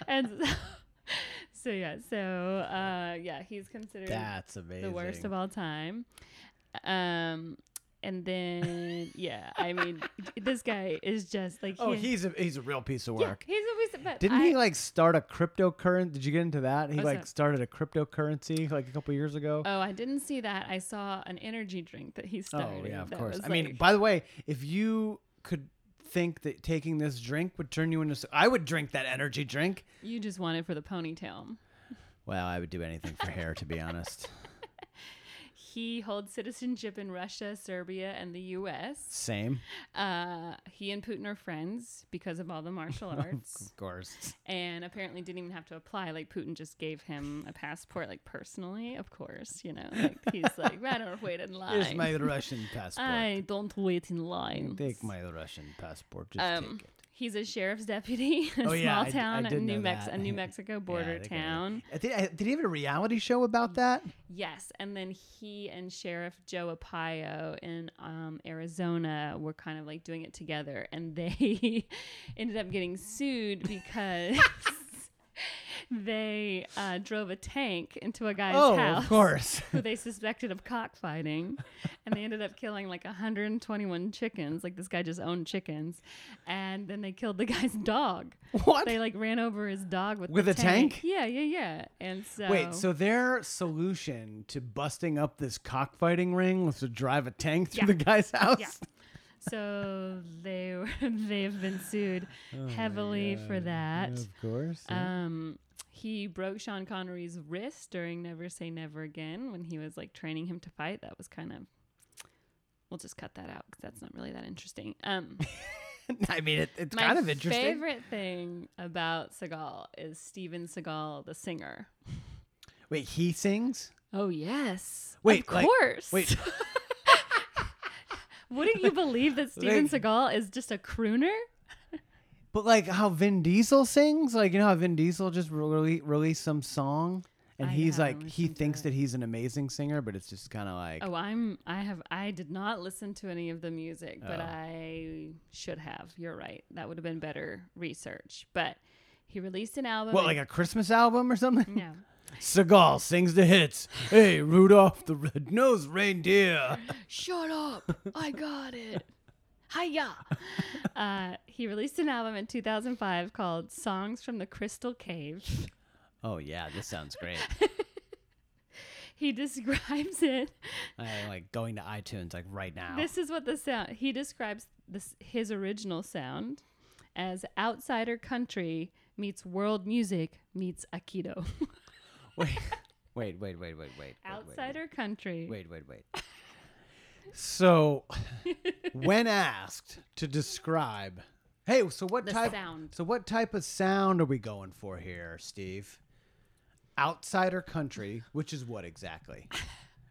S2: and so, so, yeah, so uh yeah, he's considered
S3: That's amazing.
S2: the worst of all time. Um and then yeah, I mean this guy is just like
S3: Oh,
S2: he-
S3: he's a he's a real piece of
S2: yeah,
S3: work.
S2: he's always but
S3: Didn't
S2: I,
S3: he like start a cryptocurrency? Did you get into that? He
S2: What's
S3: like
S2: that?
S3: started a cryptocurrency like a couple years ago.
S2: Oh, I didn't see that. I saw an energy drink that he started.
S3: oh yeah, of
S2: that
S3: course.
S2: was
S3: I mean,
S2: like-
S3: by the way, if you could think that taking this drink would turn you into, s- I would drink that energy drink.
S2: you just wanted for the ponytail.
S3: Well, I would do anything for hair, to be honest.
S2: He holds citizenship in Russia, Serbia, and the U.S.
S3: Same,
S2: Uh, he and Putin are friends because of all the martial
S3: Oh,
S2: arts,
S3: of course.
S2: and apparently didn't even have to apply. Like Putin just gave him a passport, like personally, of course. You know, like, he's like, I don't wait in line.
S3: Here's my Russian passport.
S2: I don't wait in line.
S3: Take my Russian passport. Just
S2: Um,
S3: take it.
S2: he's a sheriff's deputy in a
S3: Oh, yeah, I
S2: small
S3: d-
S2: town
S3: I did
S2: in New
S3: know
S2: Mex-
S3: that.
S2: a New Mexico border
S3: Yeah, they got it.
S2: town.
S3: I think- I- Did, he have a reality show about that?
S2: Yes, and then he and Sheriff Joe Arpaio in um, Arizona were kind of like doing it together, and they ended up getting sued because they uh, drove a tank into a guy's
S3: oh,
S2: house.
S3: of course.
S2: Who they suspected of cockfighting, and they ended up killing like 121 chickens. Like this guy just owned chickens, and then they killed the guy's dog.
S3: What?
S2: They like ran over his dog with
S3: With
S2: the
S3: a tank?
S2: Yeah, yeah, yeah. And so
S3: Wait, so their solution to busting up this cockfighting ring was to drive a tank through
S2: Yeah.
S3: the guy's house?
S2: Yeah. So they were, they've been sued heavily for that.
S3: Oh Of course.
S2: Um, he broke Sean Connery's wrist during Never Say Never Again when he was like training him to fight. That was kind of. We'll just cut that out because that's not really that interesting. Um,
S3: I mean, it, it's
S2: my
S3: kind of interesting.
S2: favorite thing about Seagal is Steven Seagal, the singer.
S3: Wait, he sings?
S2: Oh yes,
S3: Wait,
S2: of
S3: like-
S2: course.
S3: Wait,
S2: wouldn't you believe that Steven
S3: Like-
S2: Seagal is just a crooner?
S3: but like how Vin Diesel sings? Like, you know how Vin Diesel just rele- released some song? And
S2: I
S3: he's
S2: haven't
S3: like, he
S2: listened to
S3: thinks
S2: it.
S3: that he's an amazing singer, but it's just kind of like,
S2: Oh, I'm. I have. I did not listen to any of the music, but
S3: Oh.
S2: I should have. You're right. That would have been better research. But he released an album.
S3: what, like a Christmas album or something?
S2: no.
S3: Seagal sings the hits. Hey, Rudolph the Red-Nosed Reindeer.
S2: Shut up! I got it. Hiya! uh, he released an album in 2005 called Songs from the Crystal Cave.
S3: Oh yeah, this sounds great.
S2: He describes it.
S3: I Uh, like going to iTunes like right now.
S2: This is what the sound. He describes this his original sound as outsider country meets world music meets Aikido.
S3: wait, wait, wait, wait, wait, wait, wait.
S2: outsider country.
S3: Wait, wait, wait. wait. So, when asked to describe, hey, so what
S2: The
S3: type?
S2: sound.
S3: So what type of sound are we going for here, Steve? Outsider country, which is what exactly?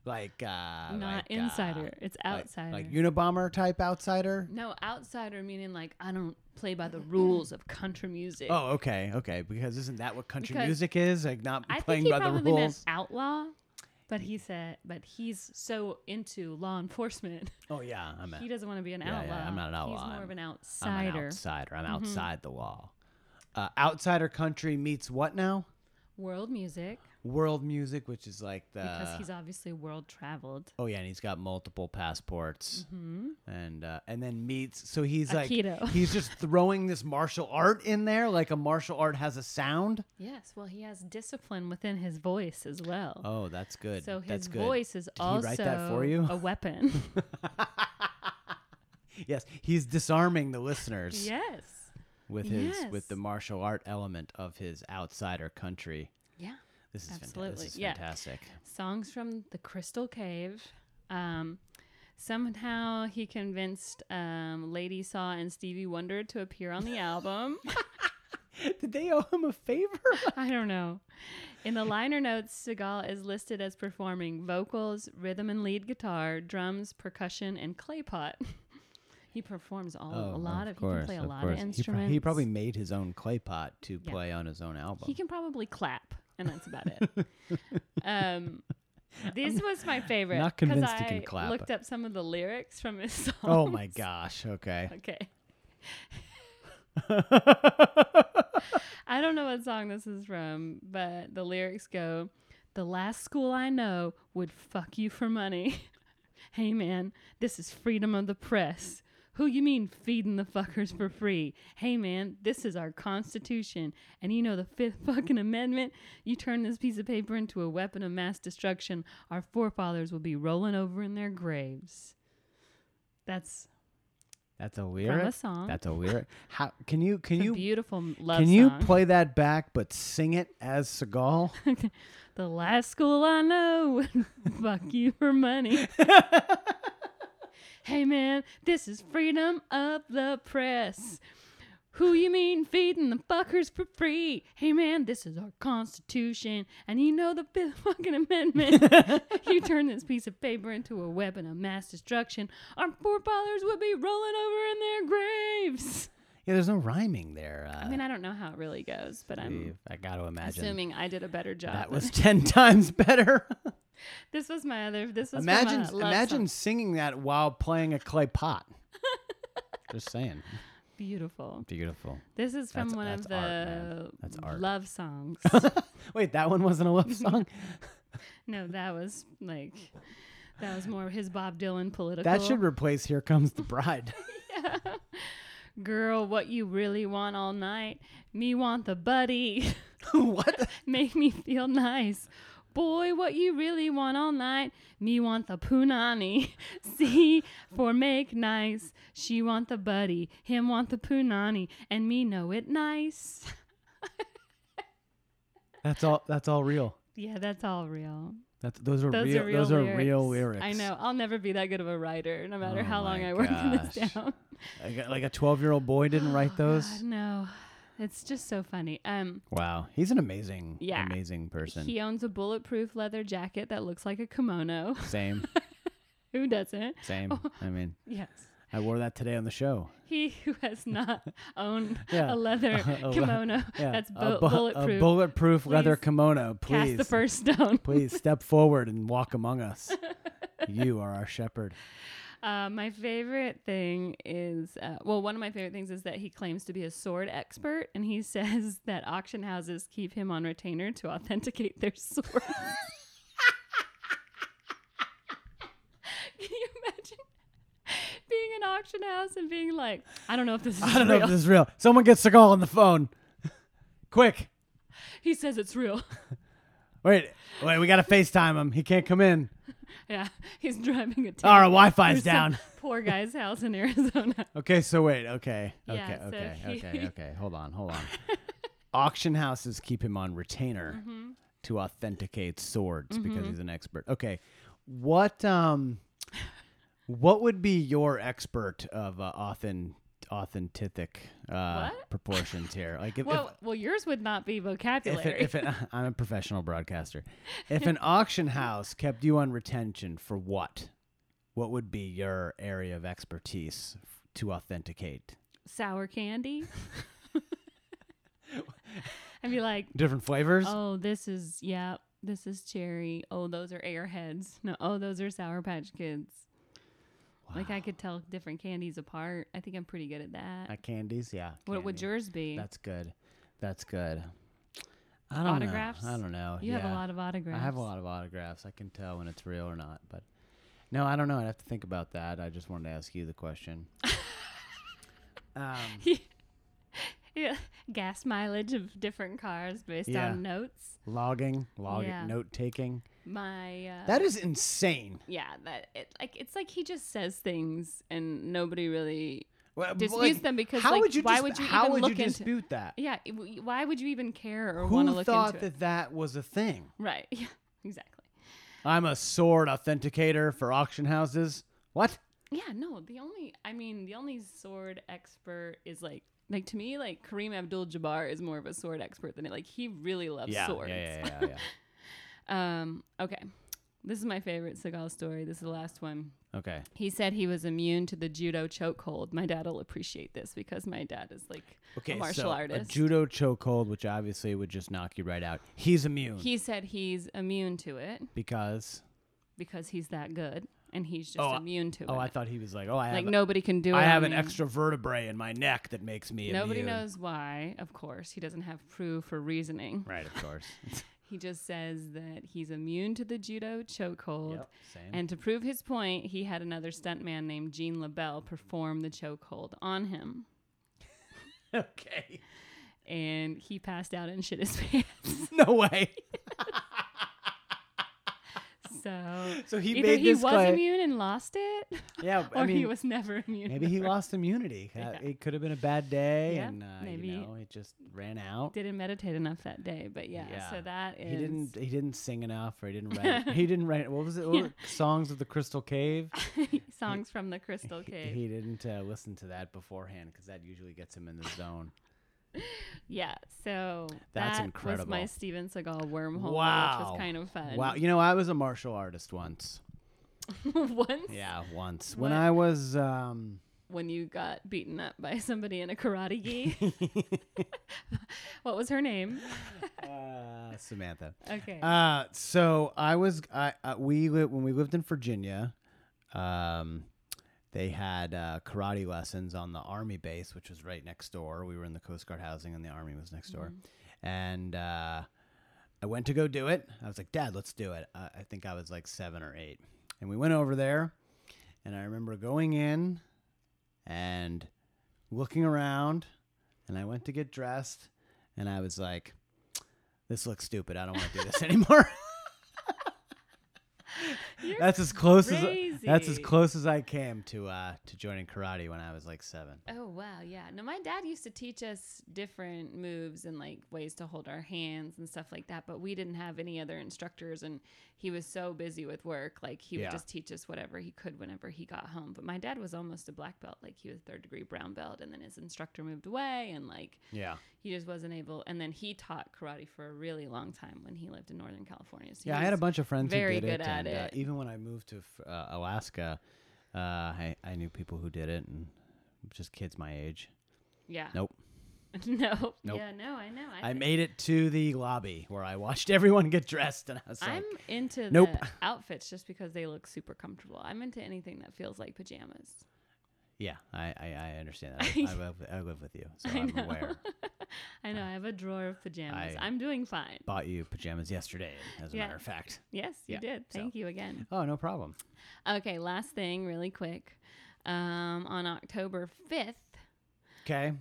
S3: Like uh,
S2: Not
S3: like, uh,
S2: insider. it's
S3: like-
S2: outsider.
S3: like Unabomber type outsider.
S2: no, outsider meaning like I don't play by the rules of country music.
S3: Oh, okay, okay. Because isn't that what country
S2: Because-
S3: music is? Like not
S2: I
S3: playing
S2: think he
S3: by the
S2: probably
S3: rules.
S2: meant outlaw, but he said, but he's so into law enforcement,
S3: oh yeah, I'm a,
S2: he doesn't want to be an
S3: yeah,
S2: outlaw.
S3: yeah, I'm not an outlaw.
S2: He's more of an
S3: I'm- I'm an
S2: outsider. Mm-hmm.
S3: outsider. I'm outside the wall. Uh, outsider country meets what now?
S2: World music,
S3: World music, which is like the
S2: because he's obviously world traveled.
S3: Oh yeah, and he's got multiple passports, and uh, and then meets. So he's
S2: Mm-hmm. Aikido.
S3: like he's just throwing this martial art in there, like a martial art has a sound.
S2: Yes, well, he has discipline within his voice as well.
S3: Oh, that's good.
S2: so his
S3: that's good.
S2: voice is
S3: Did
S2: also
S3: he write that for you?
S2: a weapon.
S3: Yes, he's disarming the listeners
S2: yes.
S3: with his
S2: yes.
S3: with the martial art element of his outsider country.
S2: Yeah.
S3: This is, fanta-
S2: Absolutely,
S3: this is
S2: yeah.
S3: fantastic.
S2: songs from the crystal cave um, somehow he convinced um, lady saw and stevie wonder to appear on the album
S3: Did they owe him a favor?
S2: i don't know in the liner notes segal is listed as performing vocals rhythm and lead guitar drums percussion and clay pot he performs all
S3: Oh,
S2: a lot of, he can play a lot of
S3: He, pro-
S2: instruments
S3: he probably made his own clay pot to
S2: Yeah.
S3: play on his own album.
S2: he can probably clap and that's about it um this was my favorite
S3: not
S2: 'cause
S3: convinced he can
S2: I
S3: clap.
S2: looked up some of the lyrics from his song
S3: oh my gosh! Okay.
S2: Okay. I don't know what song this is from, but the lyrics go The last school I know would fuck you for money. hey man, this is freedom of the press. Who you mean feeding the fuckers for free? Hey man, this is our constitution. And you know the fifth fucking amendment? You turn this piece of paper into a weapon of mass destruction, our forefathers will be rolling over in their graves. That's
S3: That's a lyric.
S2: song.
S3: That's a lyric. How can you can
S2: a
S3: you
S2: beautiful m- love
S3: can you
S2: song.
S3: play that back but sing it as Seagal?
S2: the last school I know, fuck you for money. hey man, this is freedom of the press. Who you mean feeding the fuckers for free? Hey man, this is our constitution, and you know the fifth fucking amendment. you turn this piece of paper into a weapon of mass destruction, our forefathers would be rolling over in their graves.
S3: yeah, there's no rhyming there. Uh,
S2: I mean, I don't know how it really goes, but I'm
S3: Steve. I got to imagine
S2: assuming I did a better job.
S3: that
S2: than-
S3: was ten times better.
S2: This was my other. This was
S3: imagine
S2: From a love
S3: imagine
S2: song.
S3: singing that while playing a clay pot. Just saying,
S2: beautiful.
S3: beautiful.
S2: This is from
S3: That's-
S2: one of
S3: that's art, man.
S2: the
S3: That's art.
S2: love songs.
S3: Wait, that one wasn't a love song.
S2: no, that was like that was more his Bob Dylan political.
S3: that should replace "Here Comes the Bride."
S2: girl what you really want all night. Me want the buddy.
S3: what?
S2: Make me feel nice. Boy, what you really want all night. Me want the punani. See, for make nice. She want the buddy. Him want the punani. And me know it nice.
S3: That's all. That's all real.
S2: Yeah, that's all real.
S3: That's those are
S2: Those
S3: real.
S2: are real.
S3: those
S2: lyrics.
S3: are real lyrics.
S2: I know. I'll never be that good of a writer, no matter
S3: Oh
S2: how long
S3: my
S2: I work this
S3: gosh.
S2: down.
S3: Like a- Like a twelve-year-old boy didn't write those.
S2: Oh, God, no, it's just so funny. Um,
S3: Wow, he's an amazing,
S2: Yeah.
S3: amazing person.
S2: he owns a bulletproof leather jacket that looks like a kimono.
S3: same,
S2: Oh. Who doesn't?
S3: same. I mean,
S2: Yes.
S3: I wore that today on the show.
S2: He who has not owned a
S3: Yeah.
S2: leather
S3: A le-
S2: kimono
S3: Yeah,
S2: that's
S3: a
S2: bu-
S3: bu-
S2: bulletproof.
S3: a bulletproof leather
S2: Please
S3: kimono.
S2: Cast
S3: Please,
S2: the first stone.
S3: please step forward and walk among us. you are our shepherd.
S2: Uh, my favorite thing is, uh, well, one of my favorite things is that he claims to be a sword expert, and he says that auction houses keep him on retainer to authenticate their swords. Can you imagine being an auction house and being like, I don't know if this is
S3: I don't know
S2: real.
S3: if this is real. Someone gets the call on the phone. Quick.
S2: he says it's real.
S3: Wait. Wait, we got to FaceTime him. He can't come in.
S2: yeah, he's driving a tank.
S3: Oh, our Wi
S2: through
S3: Fi's
S2: some
S3: down.
S2: Poor guy's house in Arizona.
S3: Okay, so wait. Okay. Okay.
S2: Yeah, so
S3: okay.
S2: he-
S3: okay. Okay. Hold on. Hold on. Auction houses keep him on retainer
S2: Mm-hmm.
S3: to authenticate swords because he's an expert. Okay. What um what would be your expert of uh, authen authentic uh
S2: What?
S3: proportions here? Like if,
S2: Well, well, yours would not be vocabulary.
S3: if, it, if it, I'm a professional broadcaster. If an auction house kept you on retention for what? What would be your area of expertise f- to authenticate?
S2: Sour candy. I'd be like,
S3: Different flavors?
S2: oh, this is yeah, this is cherry. Oh, those are airheads. No, oh, those are Sour Patch Kids. Like I could tell different candies apart. I think I'm pretty good at that.
S3: Uh, candies, yeah.
S2: what would
S3: candy.
S2: yours be?
S3: That's good. That's good. I don't
S2: Autographs?
S3: know. I don't know.
S2: you have a
S3: yeah.
S2: lot of autographs.
S3: I have a lot of autographs. I can tell when it's real or not, but no, I don't know. I'd have to think about that. I just wanted to ask you the question. um,
S2: yeah, gas mileage of different cars based
S3: Yeah.
S2: on notes.
S3: logging, logging,
S2: Yeah.
S3: note taking.
S2: My uh,
S3: That is insane.
S2: yeah, that it, like it's like he just says things and nobody really
S3: Well, but,
S2: disputes them because, like, why
S3: dis-
S2: would you
S3: how
S2: even
S3: would
S2: look
S3: you
S2: into-
S3: dispute that?
S2: yeah. it- w- Why would you even care or want to
S3: Who
S2: look
S3: thought
S2: into
S3: that
S2: it?
S3: that was a thing?
S2: Right. Yeah. Exactly.
S3: I'm a sword authenticator for auction houses. What?
S2: Yeah. No. The only I mean the only sword expert is like like to me like Kareem Abdul-Jabbar is more of a sword expert than it. Like he really loves swords.
S3: yeah, yeah,
S2: Um. Okay. This is my favorite Seagal story. This is the last one.
S3: yeah. okay.
S2: He said he was immune to the judo chokehold. My dad will appreciate this because my dad is like
S3: Okay,
S2: a martial
S3: so
S2: artist.
S3: a judo chokehold, which obviously would just knock you right out. He's immune
S2: he said he's immune to it
S3: because
S2: because he's that good, and he's just
S3: Oh, I-
S2: immune to it.
S3: oh, I thought he was like, oh, I have,
S2: like
S3: a-
S2: nobody can do it.
S3: I have
S2: on
S3: an
S2: me.
S3: extra vertebrae in my neck that makes me
S2: Nobody
S3: immune.
S2: knows why. Of course, he doesn't have proof or reasoning.
S3: Right, of course.
S2: He just says that he's immune to the judo chokehold.
S3: Yep, same.
S2: And to prove his point, he had another stuntman named Gene LaBelle perform the chokehold on him.
S3: okay.
S2: And he passed out and shit his pants.
S3: No way.
S2: So,
S3: So he
S2: either
S3: made
S2: he
S3: this
S2: was
S3: claim-
S2: immune and lost it,
S3: Yeah,
S2: or
S3: I mean,
S2: he was never immune.
S3: maybe he lost immunity. Uh,
S2: Yeah.
S3: It could have been a bad day,
S2: Yeah,
S3: and uh,
S2: maybe.
S3: you know, it just ran out.
S2: Didn't meditate enough that day, but yeah.
S3: Yeah.
S2: So that is
S3: he didn't. He didn't sing enough, or he didn't write. he didn't write. What was it? What
S2: Yeah.
S3: were Songs of the Crystal Cave.
S2: songs from the Crystal
S3: He-
S2: Cave.
S3: He didn't uh, listen to that beforehand because that usually gets him in the zone.
S2: yeah. So
S3: That's
S2: that Was my
S3: incredible.
S2: Steven Seagal wormhole, which
S3: wow,
S2: was kind of fun.
S3: Wow, you know, I was a martial artist once.
S2: Once
S3: Yeah, once when
S2: What?
S3: I was. Um,
S2: when you got beaten up by somebody in a karate gi. what was her name?
S3: uh, Samantha.
S2: Okay. Mm.
S3: Uh, so I was I uh, we li- when we lived in Virginia, um, they had uh, karate lessons on the army base, which was right next door. We were in the Coast Guard housing, and the army was next door. And uh, I went to go do it. I was like, Dad, let's do it. Uh, I think I was like seven or eight, and we went over there, and I remember going in and looking around, and I went to get dressed, and I was like this looks stupid. I don't want to do this anymore.
S2: You're
S3: that's as close as that's as
S2: crazy.
S3: close as I came to uh, to joining karate when I was like seven.
S2: Oh wow, yeah. No, my dad used to teach us different moves and like ways to hold our hands and stuff like that, but we didn't have any other instructors and he was so busy with work, like he
S3: Yeah.
S2: would just teach us whatever he could whenever he got home. But my dad was almost a black belt, like he was third degree brown belt and then his instructor moved away and like
S3: Yeah,
S2: he just wasn't able and then he taught karate for a really long time when he lived in Northern California. So
S3: yeah. I
S2: he
S3: had a
S2: was-
S3: bunch of friends
S2: very
S3: who did
S2: good
S3: it,
S2: at
S3: and, Uh,
S2: it.
S3: even when I moved to uh, Alaska, uh, I I knew people who did it, and just kids my age.
S2: Yeah.
S3: Nope.
S2: no.
S3: Nope.
S2: Yeah, no, I know. I,
S3: I
S2: think-
S3: made it to the lobby where I watched everyone get dressed, and I was like,
S2: I'm into
S3: Nope.
S2: the outfits just because they look super comfortable. I'm into anything that feels like pajamas.
S3: "Yeah, I I, I understand that. I, I, live, I live with you, so
S2: I
S3: I'm
S2: know.
S3: aware."
S2: I know I have a drawer of pajamas.
S3: I-
S2: I, am doing fine.
S3: Bought you pajamas yesterday, as a
S2: Yeah.
S3: matter of fact.
S2: Yes, you
S3: Yeah,
S2: did.
S3: so.
S2: Thank you again.
S3: Oh, no problem.
S2: Okay, last thing, really quick. um, on October 5th,
S3: Okay.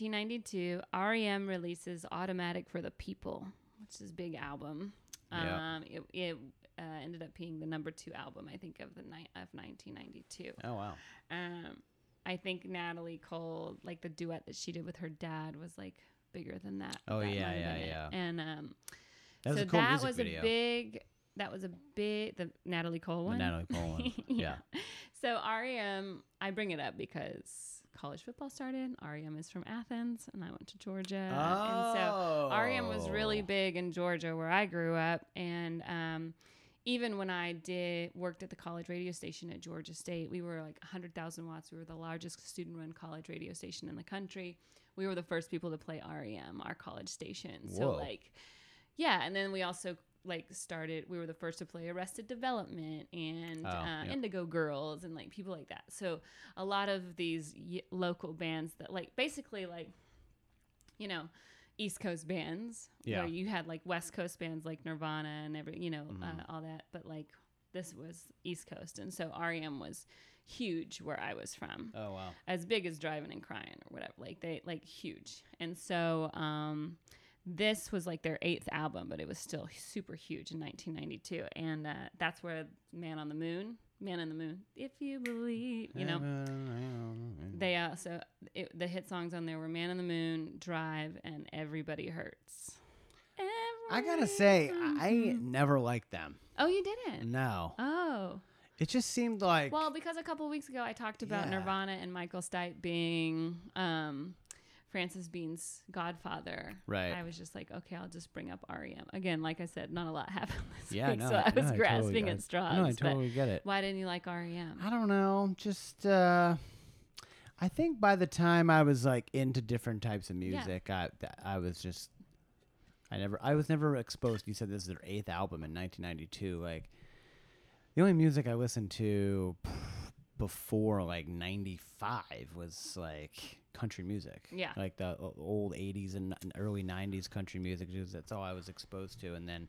S2: 1992, REM E releases Automatic for the People, which is a big album.
S3: Yeah.
S2: Um, it it uh, ended up being the number two album, I think, of the night of 1992.
S3: Oh wow.
S2: Um, I think Natalie Cole, like the duet that she did with her dad, was like bigger than that.
S3: Oh,
S2: that
S3: yeah,
S2: might have
S3: yeah,
S2: been it.
S3: yeah.
S2: And um,
S3: That was
S2: so
S3: a cool
S2: that
S3: music
S2: was
S3: video.
S2: a big. That was a big the Natalie Cole
S3: the
S2: one.
S3: Natalie Cole one. yeah.
S2: So REM, I bring it up because college football started. REM is from Athens, and I went to Georgia. Uh, And so REM was really
S3: Oh.
S2: big in Georgia, where I grew up. And um, even when I did worked at the college radio station at Georgia State, we were like 100,000 watts. We were the largest student-run college radio station in the country. We were the first people to play REM, our college station. So
S3: Whoa.
S2: like, yeah. And then we also like started. We were the first to play Arrested Development and
S3: Oh,
S2: uh,
S3: yeah.
S2: Indigo Girls and like people like that. So a lot of these y- local bands that like basically like you know East Coast bands
S3: Yeah.
S2: where you had like West Coast bands like Nirvana and every you know uh, all that, but like this was East Coast, and so REM was huge where I was from
S3: Oh wow.
S2: as big as driving and crying or whatever like they like huge and so um this was like their eighth album but it was still super huge in 1992 and uh, that's where man on the moon man on the moon if you believe you
S3: Oh,
S2: know they also it, the hit songs on there were man on the moon drive and everybody hurts
S3: I gotta
S2: Everybody
S3: say,
S2: Hurts.
S3: I never liked them.
S2: oh you didn't
S3: No,
S2: oh
S3: it just seemed like
S2: Well, because a couple weeks ago I talked about
S3: Yeah.
S2: Nirvana and Michael Stipe being um, Francis Bean's godfather.
S3: Right.
S2: I was just like, okay, I'll just bring up REM again. Like I said, not a lot happened this
S3: yeah,
S2: week,
S3: no,
S2: so I was
S3: no,
S2: grasping
S3: totally, I-
S2: at straws.
S3: No, I
S2: but
S3: totally get it.
S2: why didn't you like E REM?
S3: I don't know. Just uh I think by the time I was like into different types of music, I th- I was just I never I was never exposed. You said this is their eighth album in 1992. Like the only music I listened to before like 95 was like country music.
S2: Yeah.
S3: Like the o- old 80s and n- early 90s country music. just That's all I was exposed to. And then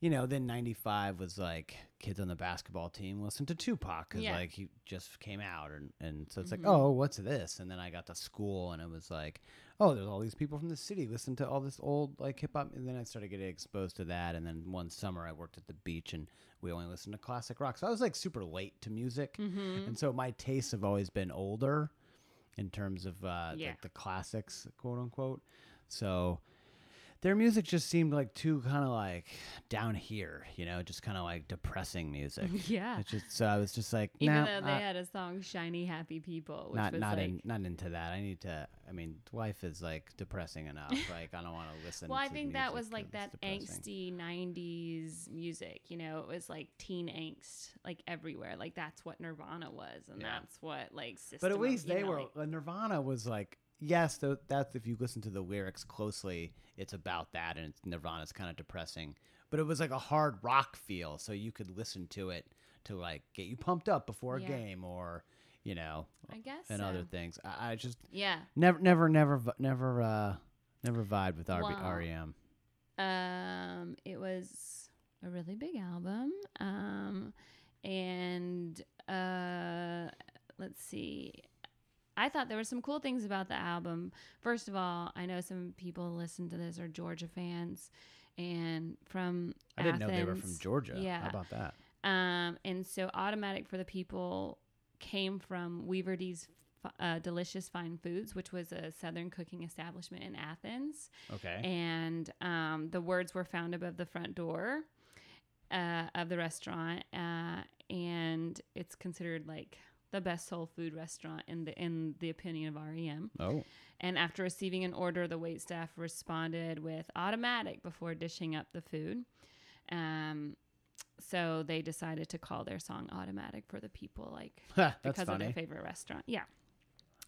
S3: you know, then '95 was like kids on the basketball team listened to Tupac because
S2: Yeah. Mm-hmm.
S3: like he just came out, and and so it's like, oh, what's this? And then I got to school, and it was like, oh, there's all these people from the city listen to all this old like hip hop, and then I started getting exposed to that, and then one summer I worked at the beach, and we only listened to classic rock, so I was like super late to music,
S2: Mm-hmm.
S3: and so my tastes have always been older in terms of uh,
S2: Yeah.
S3: like the classics, quote unquote. So their music just seemed like too kind of like down here, you know, just kind of like depressing music.
S2: yeah.
S3: It's just, so I was just like,
S2: Even
S3: nah,
S2: though they
S3: not-
S2: had a song, "Shiny Happy People," which
S3: not
S2: was
S3: not
S2: like,
S3: in, not into that. I need to. I mean, life is like depressing enough. Like I don't want to listen.
S2: Well, I
S3: to
S2: think that
S3: music
S2: was like that
S3: that's depressing.
S2: angsty '90s music. You know, it was like teen angst, like everywhere. Like that's what Nirvana was, and
S3: Yeah.
S2: that's what like. System
S3: But at
S2: of-
S3: least
S2: you
S3: they
S2: know,
S3: were.
S2: like-
S3: uh, Nirvana was like, yes, tho- that's if you listen to the lyrics closely, it's about that, and it's, Nirvana's kind of depressing. But it was like a hard rock feel, so you could listen to it to like get you pumped up before
S2: Yeah.
S3: a game or, you know,
S2: I guess.
S3: and other
S2: so.
S3: things. I, I just
S2: Yeah.
S3: never, never, never, vi- never, uh, never vibe with RB,
S2: Wow.
S3: REM.
S2: Um, it was a really big album. Um, and uh, let's see. I thought there were some cool things about the album. First of all, I know some people listen to this are Georgia fans, and from
S3: I didn't know they were from
S2: Athens.
S3: Georgia.
S2: Yeah.
S3: How about that?
S2: Um, and so Automatic for the People came from Weaverty's uh, Delicious Fine Foods, which was a Southern cooking establishment in Athens.
S3: Okay.
S2: And um, the words were found above the front door uh, of the restaurant. Uh, and it's considered like the best soul food restaurant in the in the opinion of E REM.
S3: oh,
S2: And after receiving an order, the waitstaff responded with automatic before dishing up the food. Um, so they decided to call their song automatic for the people, like
S3: that's
S2: because of their
S3: funny.
S2: favorite restaurant. Yeah.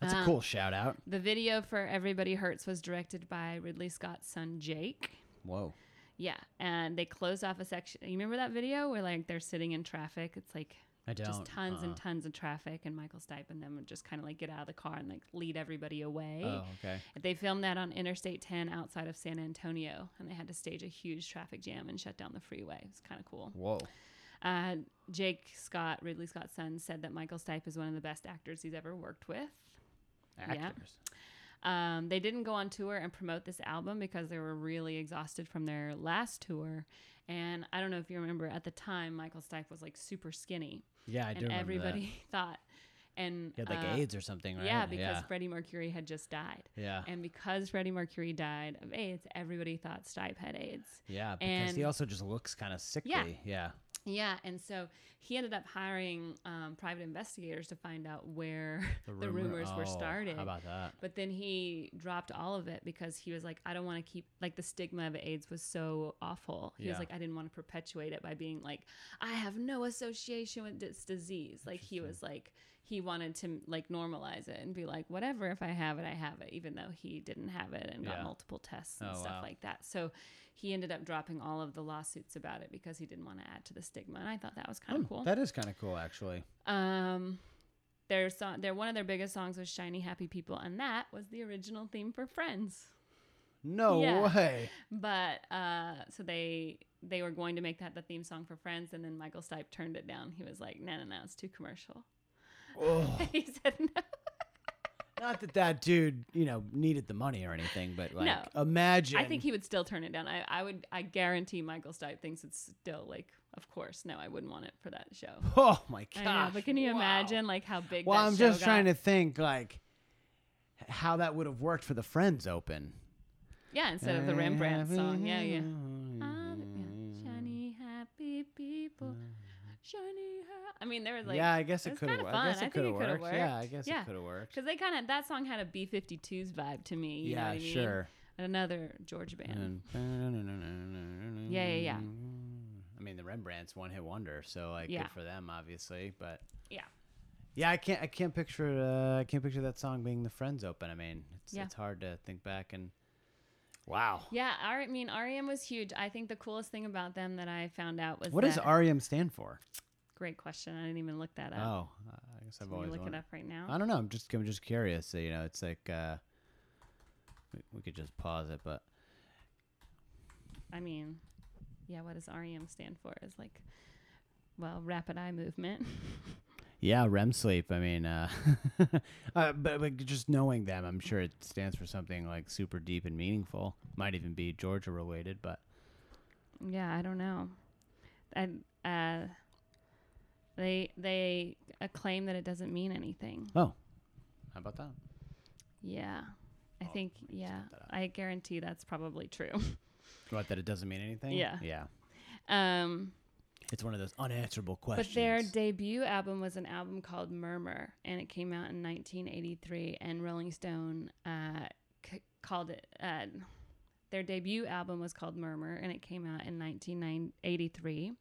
S3: That's a
S2: um,
S3: cool shout out.
S2: The video for Everybody Hurts was directed by Ridley Scott's son, Jake.
S3: Whoa.
S2: Yeah. And they closed off a section. You remember that video where like they're sitting in traffic? It's like
S3: I don't.
S2: just tons and
S3: uh-uh.
S2: tons of traffic, and Michael Stipe and them would just kind of like get out of the car and like lead everybody away.
S3: Oh, okay.
S2: They filmed that on Interstate 10 outside of San Antonio, and they had to stage a huge traffic jam and shut down the freeway. It was kind of cool.
S3: Whoa.
S2: Uh, Jake Scott, Ridley Scott's son, said that Michael Stipe is one of the best actors he's ever worked with.
S3: Actors.
S2: Um, they didn't go on tour and promote this album because they were really exhausted from their last tour. And I don't know if you remember at the time, Michael Stipe was like super skinny,
S3: Yeah, I
S2: and
S3: do remember
S2: everybody thought, and
S3: that. Yeah, like
S2: uh,
S3: AIDS or something, right?
S2: yeah, because
S3: yeah.
S2: Freddie Mercury had just died.
S3: yeah.
S2: And because Freddie Mercury died of AIDS, everybody thought Stipe had AIDS.
S3: Yeah, because he
S2: and-
S3: also just looks kind of sickly.
S2: Yeah.
S3: yeah.
S2: Yeah, and so he ended up hiring um, private investigators to find out where the, rumors
S3: Oh,
S2: were started.
S3: How about that?
S2: but then he dropped all of it because he was like, I don't want to keep like the stigma of AIDS was so awful. He
S3: Yeah.
S2: was like, I didn't want to perpetuate it by being like, I have no association with this disease. Like he was like, he wanted to like normalize it and be like, whatever, if I have it, I have it, even though he didn't have it and
S3: Yeah.
S2: got multiple tests and
S3: Oh,
S2: stuff
S3: wow.
S2: like that. So he ended up dropping all of the lawsuits about it because he didn't want to add to the stigma. And I thought that was kind of Oh, cool.
S3: Hmm, That is kind of cool, actually.
S2: Um, their song, their one of their biggest songs was "Shiny Happy People," and that was the original theme for Friends.
S3: No
S2: Yeah.
S3: way.
S2: But uh, so they they were going to make that the theme song for Friends, and then Michael Stipe turned it down. He was like, "No, no, no, it's too commercial."
S3: Oh,
S2: he said no.
S3: not that that dude, you know, needed the money or anything, but like,
S2: No.
S3: imagine.
S2: I think he would still turn it down. I, I would I guarantee Michael Stipe thinks it's still like, of course, no, I wouldn't want it for that show.
S3: Oh my
S2: I
S3: god.
S2: know, but can you imagine like how big?
S3: Well,
S2: that
S3: I'm
S2: show
S3: just trying
S2: got?
S3: to think like h- how that would have worked for the Friends Open.
S2: Yeah, instead of the Rembrandt song. Yeah, yeah. Um, yeah. Shiny
S3: Mm.
S2: happy people. Shiny ha- I mean, there was like
S3: yeah, I guess
S2: it
S3: it
S2: was
S3: could have
S2: kinda
S3: worked. I guess
S2: fun. I think
S3: it could
S2: it
S3: have
S2: coulda
S3: worked. Yeah, I
S2: worked.
S3: guess
S2: Yeah.
S3: it could have worked.
S2: because they kind of that song had a B52s vibe to me. You know
S3: yeah,
S2: what I mean?
S3: sure.
S2: Another Georgia band.
S3: And-
S2: Yeah, yeah, yeah.
S3: I mean, the Rembrandt's one hit wonder, so like
S2: Yeah.
S3: good for them, obviously. But
S2: Yeah,
S3: yeah, I can't, I can't picture, it, uh, I can't picture that song being the Friends Open. I mean, it's,
S2: Yeah.
S3: it's hard to think back and. Wow.
S2: yeah. R- I mean, REM was huge. I think the coolest thing about them that I found out was
S3: What does
S2: that-
S3: REM stand for?
S2: Great question. I didn't even look that up.
S3: Oh, I guess
S2: Can
S3: I've
S2: you
S3: always
S2: look
S3: wondered.
S2: it up right now.
S3: I don't know. I'm just I'm just curious. So, you know, it's like uh, we, we could just pause it, but
S2: I mean, yeah. What does REM stand for? Is like, well, rapid eye movement.
S3: yeah, REM sleep. I mean, uh, uh, but, but just knowing them, I'm sure it stands for something like super deep and meaningful. Might even be Georgia related, but
S2: Yeah, I don't know. And uh, they they uh, claim that it doesn't mean anything.
S3: oh, how about that?
S2: Yeah, I think yeah,
S3: that up.
S2: I guarantee that's probably true.
S3: What that it doesn't mean anything?
S2: Yeah.
S3: yeah.
S2: um,
S3: It's one of those unanswerable
S2: but
S3: questions.
S2: their debut album was an album called Murmur, and it came out in 1983. And Rolling Stone uh, c- called it. Uh, their debut album was called Murmur, and it came out in 1983.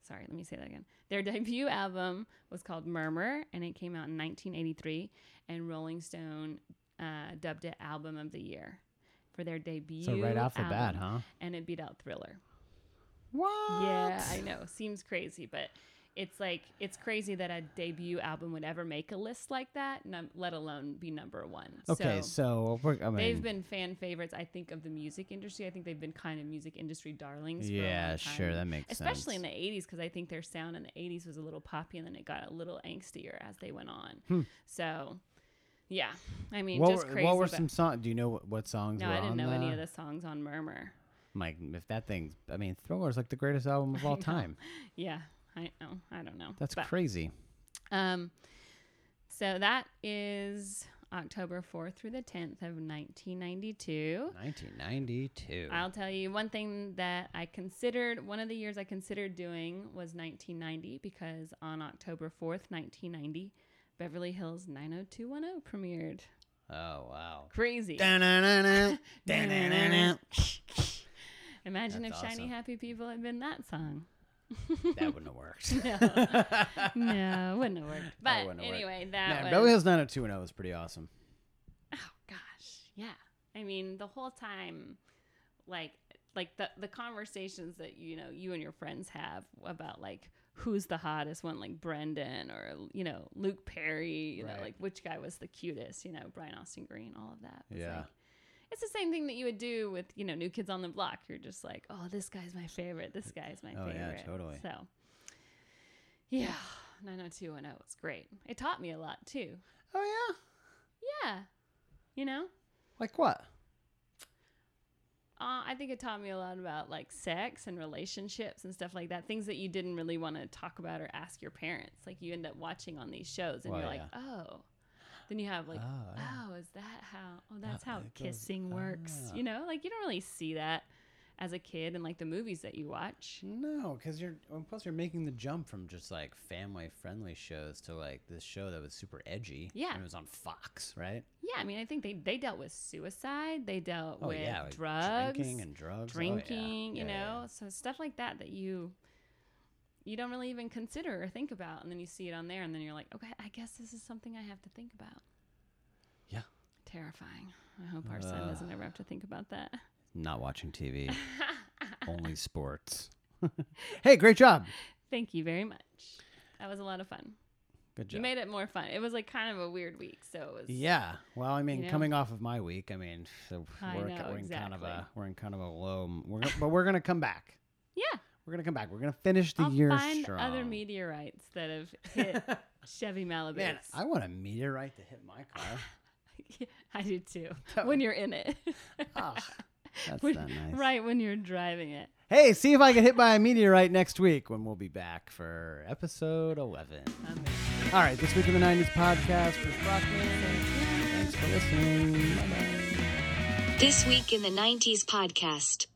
S2: Sorry, let me say that again. Their debut album was called Murmur, and it came out in 1983. And Rolling Stone uh, dubbed it Album of the Year for their debut.
S3: so right off the bat,
S2: album,
S3: huh?
S2: And it beat out Thriller.
S3: What?
S2: Yeah, I know. Seems crazy, but it's like it's crazy that a debut album would ever make a list like that, num- let alone be number one.
S3: Okay,
S2: so,
S3: so, we're, I mean,
S2: they've been fan favorites. I think of the music industry. I think they've been kind of music industry darlings. for a
S3: Yeah,
S2: long
S3: sure,
S2: time.
S3: that makes
S2: especially
S3: sense.
S2: in the '80s because I think their sound in the '80s was a little poppy, and then it got a little angstier as they went on. So, yeah, I mean,
S3: Hmm. what
S2: just
S3: were,
S2: crazy.
S3: what were
S2: but-
S3: some songs? Do you know what, what songs?
S2: no,
S3: were
S2: I didn't
S3: on
S2: know any
S3: the-
S2: of the songs on Murmur.
S3: Like if that thing's, I mean, Thriller is like the greatest album of all time.
S2: Yeah, I know. I don't know.
S3: That's
S2: But-
S3: crazy.
S2: Um, so that is October 4th through the 10th of 1992.
S3: 1992.
S2: I'll tell you one thing that I considered, one of the years I considered doing was 1990 because on October 4th, 1990, Beverly Hills 90210 premiered.
S3: oh wow.
S2: Crazy.
S3: Da-na-na-na, da-na-na-na.
S2: Imagine
S3: That's
S2: if Shiny
S3: awesome.
S2: Happy People had been that song.
S3: that wouldn't have worked.
S2: No, it wouldn't have worked.
S3: That
S2: But
S3: wouldn't have worked.
S2: anyway,
S3: Man,
S2: that was.
S3: Beverly Hills 90210 was pretty awesome.
S2: Oh gosh, yeah. I mean, the whole time, like, like the the conversations that you know you and your friends have about like who's the hottest one, like Brendan or you know Luke Perry, you
S3: Right.
S2: know, like which guy was the cutest, you know, Brian Austin Green, all of that. was,
S3: Yeah.
S2: like- it's the same thing that you would do with you know New Kids on the Block. You're just like, oh, this guy's my favorite. This guy's my
S3: Oh, yeah,
S2: favorite.
S3: totally.
S2: So. Yeah, 90210. It's great. It taught me a lot too.
S3: Oh yeah.
S2: Yeah. You know?
S3: Like what?
S2: Uh, I think it taught me a lot about like sex and relationships and stuff like that. Things that you didn't really want to talk about or ask your parents. Like you end up watching on these shows and
S3: Well,
S2: you're
S3: yeah.
S2: like, oh. Then you have like,
S3: Oh,
S2: oh,
S3: yeah.
S2: is that how? Oh, that's how
S3: it goes-
S2: kissing works.
S3: ah.
S2: You know, like you don't really see that as a kid in like the movies that you watch.
S3: No, because you're well, plus you're making the jump from just like family friendly shows to like this show that was super edgy.
S2: Yeah.
S3: and it was on Fox, right?
S2: Yeah, I mean, I think they, they dealt with suicide. They dealt
S3: Oh
S2: with
S3: yeah, like
S2: drugs,
S3: drinking and drugs, Oh, yeah.
S2: drinking,
S3: Yeah,
S2: you know,
S3: yeah, yeah.
S2: so stuff like that that you you don't really even consider or think about, and then you see it on there, and then you're like, okay, I guess this is something I have to think about.
S3: yeah.
S2: Terrifying. I hope our son doesn't ever have to think about that.
S3: Not watching TV, only sports. hey, great job.
S2: Thank you very much. That was a lot of fun.
S3: Good
S2: You
S3: job.
S2: made it more fun. It was like kind of a weird week, so it was.
S3: Yeah. Well, I mean,
S2: know?
S3: coming off of my week, I mean, so
S2: I
S3: we're,
S2: know,
S3: we're in kind of
S2: exactly.
S3: a we're in kind of a low. We're gonna, but we're gonna come back.
S2: Yeah.
S3: We're gonna come back. We're gonna finish the
S2: I'll
S3: year
S2: find
S3: strong.
S2: other meteorites that have hit Chevy Malibu.
S3: Man, I want a meteorite to hit my car.
S2: Yeah, I do too. When you're in it.
S3: Ah, that's
S2: When-
S3: not nice.
S2: Right when you're driving it.
S3: Hey, see if I get hit by a meteorite next week when we'll be back for episode 11. All right, this week in the 90s podcast was Brockman. Thanks for listening. Bye bye.
S1: This Week in the 90s podcast.